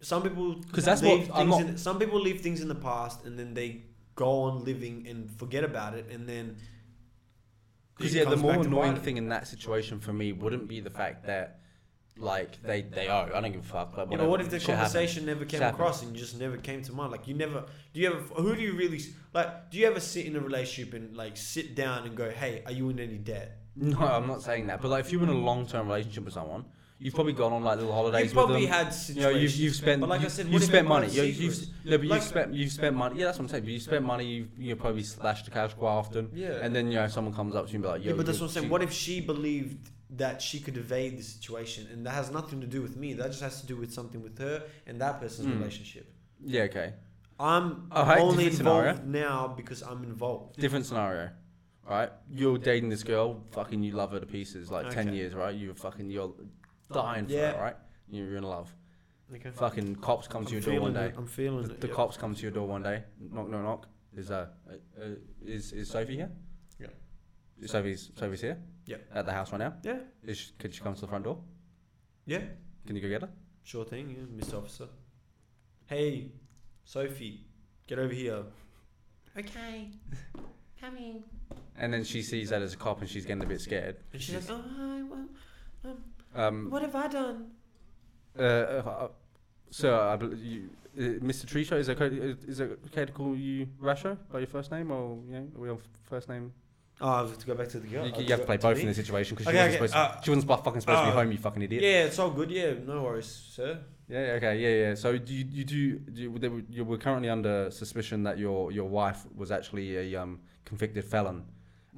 Some people
'Cause that's
leave
what- I'm
things
not-
in, some people leave things in the past, and then they go on living and forget about it, and then.
Because
it
yeah, the
comes
more
back to
annoying
bite.
thing in that situation for me wouldn't be the fact that like they they owe. I don't give a fuck. Like,
Yeah, but what
whatever,
if the
shit happens.
conversation never
Shit
came
happens.
across and you just never came to mind? Like you never do you ever who do you really s- like? Do you ever sit in a relationship and like sit down and go, "Hey, are you in any debt?"
No, I'm not saying that. But like, if you're in a long-term relationship with someone, you've probably gone on like little holidays
You've probably
with them.
had
you know,
situations.
you've, you've spent.
but like
you,
I said, what
you've
if
spent
it
money.
was
You, you've,
secret?
no, but
Like-
you've spent. You've spent money. Yeah, that's what I'm saying. But you spent money. You you probably slashed the couch quite often.
Yeah.
And then you know, someone comes up to you and be like, Yo,
yeah, but that's
you-
what I'm saying.
you-
What if she believed that she could evade the situation, and that has nothing to do with me. That just has to do with something with her and that person's
Mm.
relationship.
Yeah. Okay.
I'm
Alright,
only
Oh, different scenario.
involved now because I'm involved.
Different scenario. Right. You're dating this girl. Fucking, you love her to pieces. Like ten
Okay.
years. Right. You're fucking. You're dying for
Yeah.
her. Right. You're in love.
Okay.
Fucking cops come to
I'm
your door one
feeling
day.
it. I'm feeling
The,
it.
the
yeah.
cops come to your door one day. Knock, knock, knock. Is uh, uh, is is Sophie here?
Yeah.
Is Sophie's Sophie's here.
Yeah.
At the house right now.
Yeah.
Is she, could she come to the front door?
Yeah.
Can you go get her?
Sure thing, yeah, Miss Officer. Hey, Sophie, get over here.
Okay. Come in.
And then she sees that as a cop, and she's getting a bit scared.
And she's like,
Oh, hi. Well,
Um.
what have I done?
Uh. uh sir, I bel you, uh, Mr. Trisho, is it okay? uh, Is it okay to call you Rasho by your first name, or you know, are we on first name?
oh, I have to go back to the girl.
you,
I
you have to play
go
both
me.
in this situation because
Okay,
she wasn't
okay,
supposed.
uh,
she wasn't sp- fucking supposed to
uh,
be home. You fucking idiot.
Yeah, it's all good. Yeah, no worries, sir.
Yeah. yeah, Okay. Yeah. Yeah. So do you, you do, do you, they were- you were currently under suspicion that your your wife was actually a um convicted felon,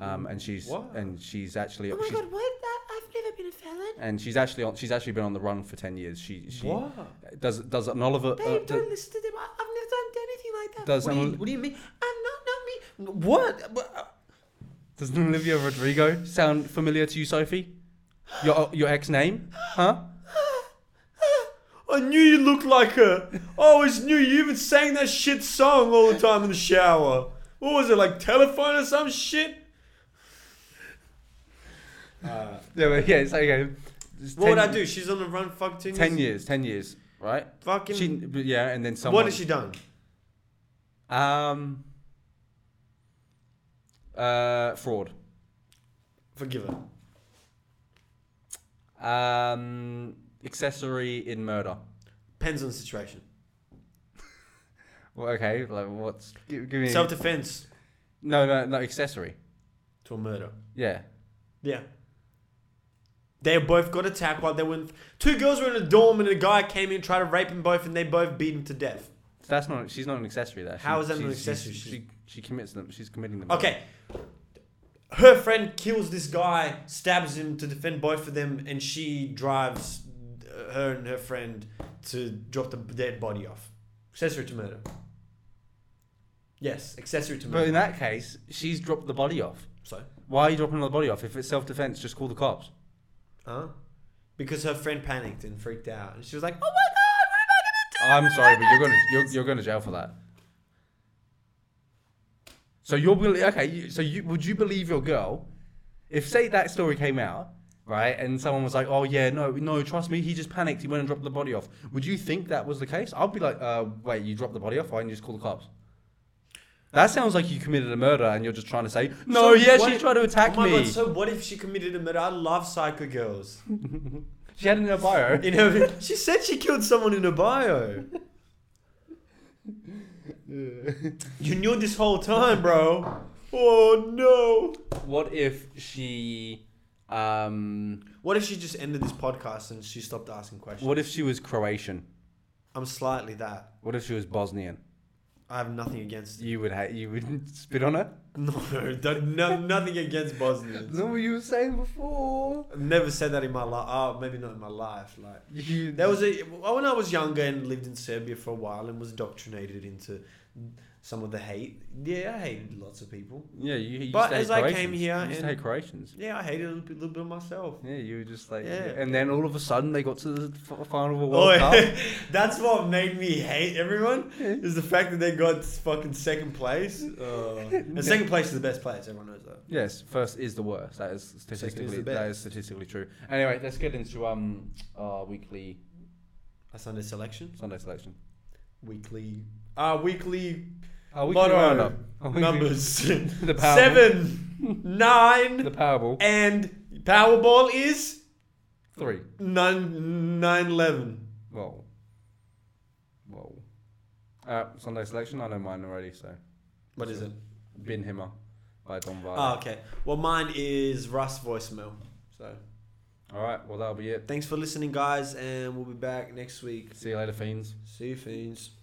um, and she's
What?
and she's actually
Oh my
she's,
god, what? That, I've never been a felon.
and she's actually on, she's actually been on the run for ten years. She she
What?
does does an Oliver uh,
Babe,
d-
don't listen to them. I, I've never done anything like that.
does
what,
an,
do you,
Oli-
what do you mean? I'm not, not me. What? But, uh,
does an Olivia Rodrigo sound familiar to you, Sophie? Your your ex name, huh?
I knew you looked like her. I always knew you even sang that shit song all the time in the shower. What was it, like telephone or some shit? Uh,
Yeah. But yeah. It's okay. It's
what would
10
I do? She's on the run fuck 10 years.
Ten years. Ten years. Right.
Fucking.
She, but yeah, and then someone.
what has she done?
Um. Uh, fraud.
Forgive her.
Um, accessory in murder.
Depends on the situation.
Well, okay, like what's give, give me?
Self defense
no, no, no, accessory.
to a murder.
Yeah,
Yeah. They both got attacked while they were in. Two girls were in a dorm and a guy came in and tried to rape them both and they both beat him to death.
that's not. She's not an accessory. There.
How is that not an
she's-
accessory?
She, she she commits them. She's committing them.
Okay. Her friend kills this guy, stabs him to defend both of them, and she drives uh, her and her friend to drop the dead body off. Accessory to murder. Yes, accessory to
But
murder.
in that case, she's dropped the body off.
So,
Why are you dropping the body off? If it's self defense, just call the cops.
huh? because her friend panicked and freaked out, and she was like, "Oh
I'm sorry, but you're going to you're, you're going to jail for that. So you're belie- okay. You, so you would you believe your girl if say that story came out right and someone was like, oh yeah, no, no, trust me, he just panicked. He went and dropped the body off. Would you think that was the case? I'd be like, uh, wait, you dropped the body off? I can just call the cops. That sounds like you committed a murder and you're just trying to say,
So
no, yeah,
what
she
if-
tried to attack
"Oh my
me.
God, so what if she committed a murder? I love psycho girls.
she had it in her bio.
You know, she said she killed someone in a bio. You knew this whole time, bro. Oh no.
What if she, um,
What if she just ended this podcast and she stopped asking questions?
what if she was Croatian?
I'm slightly that.
What if she was Bosnian?
I have nothing against you.
You would ha- you would spit on her?
No, no, no nothing against Bosnians.
what you were saying before.
I've never said that in my life. Oh, maybe not in my life. Like
You
There was a when I was younger and lived in Serbia for a while and was indoctrinated into some of the hate. Yeah, I hated lots of people.
yeah. You, you
But
used to
as
hate
I
Croatians.
came here
you used to
and-
hate Croatians.
Yeah, I hated a little bit, little bit of myself.
Yeah, you were just like,
Yeah.
and then all of a sudden they got to the f- final of a
Oh,
World Cup.
that's what made me hate everyone is the fact that they got fucking second place. Uh, and second place is the best place. Everyone knows that.
Yes, first is the worst. That is statistically
the
that
best.
is statistically true. Anyway, let's get into um our weekly
Our Sunday selections,
Sunday selection.
weekly, our weekly
Our weekly
Motto,
roundup. Our Oh, weekly-
numbers
The Powerball.
seven,
The
nine,
Powerball.
and Powerball is
Three.
nine nine eleven.
Whoa. Whoa. Uh, Sunday selection. I know mine already. So
What is it?
Bin Himmer by Don Varley.
Oh, okay. Well, mine is Russ voicemail. So
All right. Well, that'll be it.
thanks for listening, guys, and we'll be back next week.
See you later, fiends.
See you, fiends.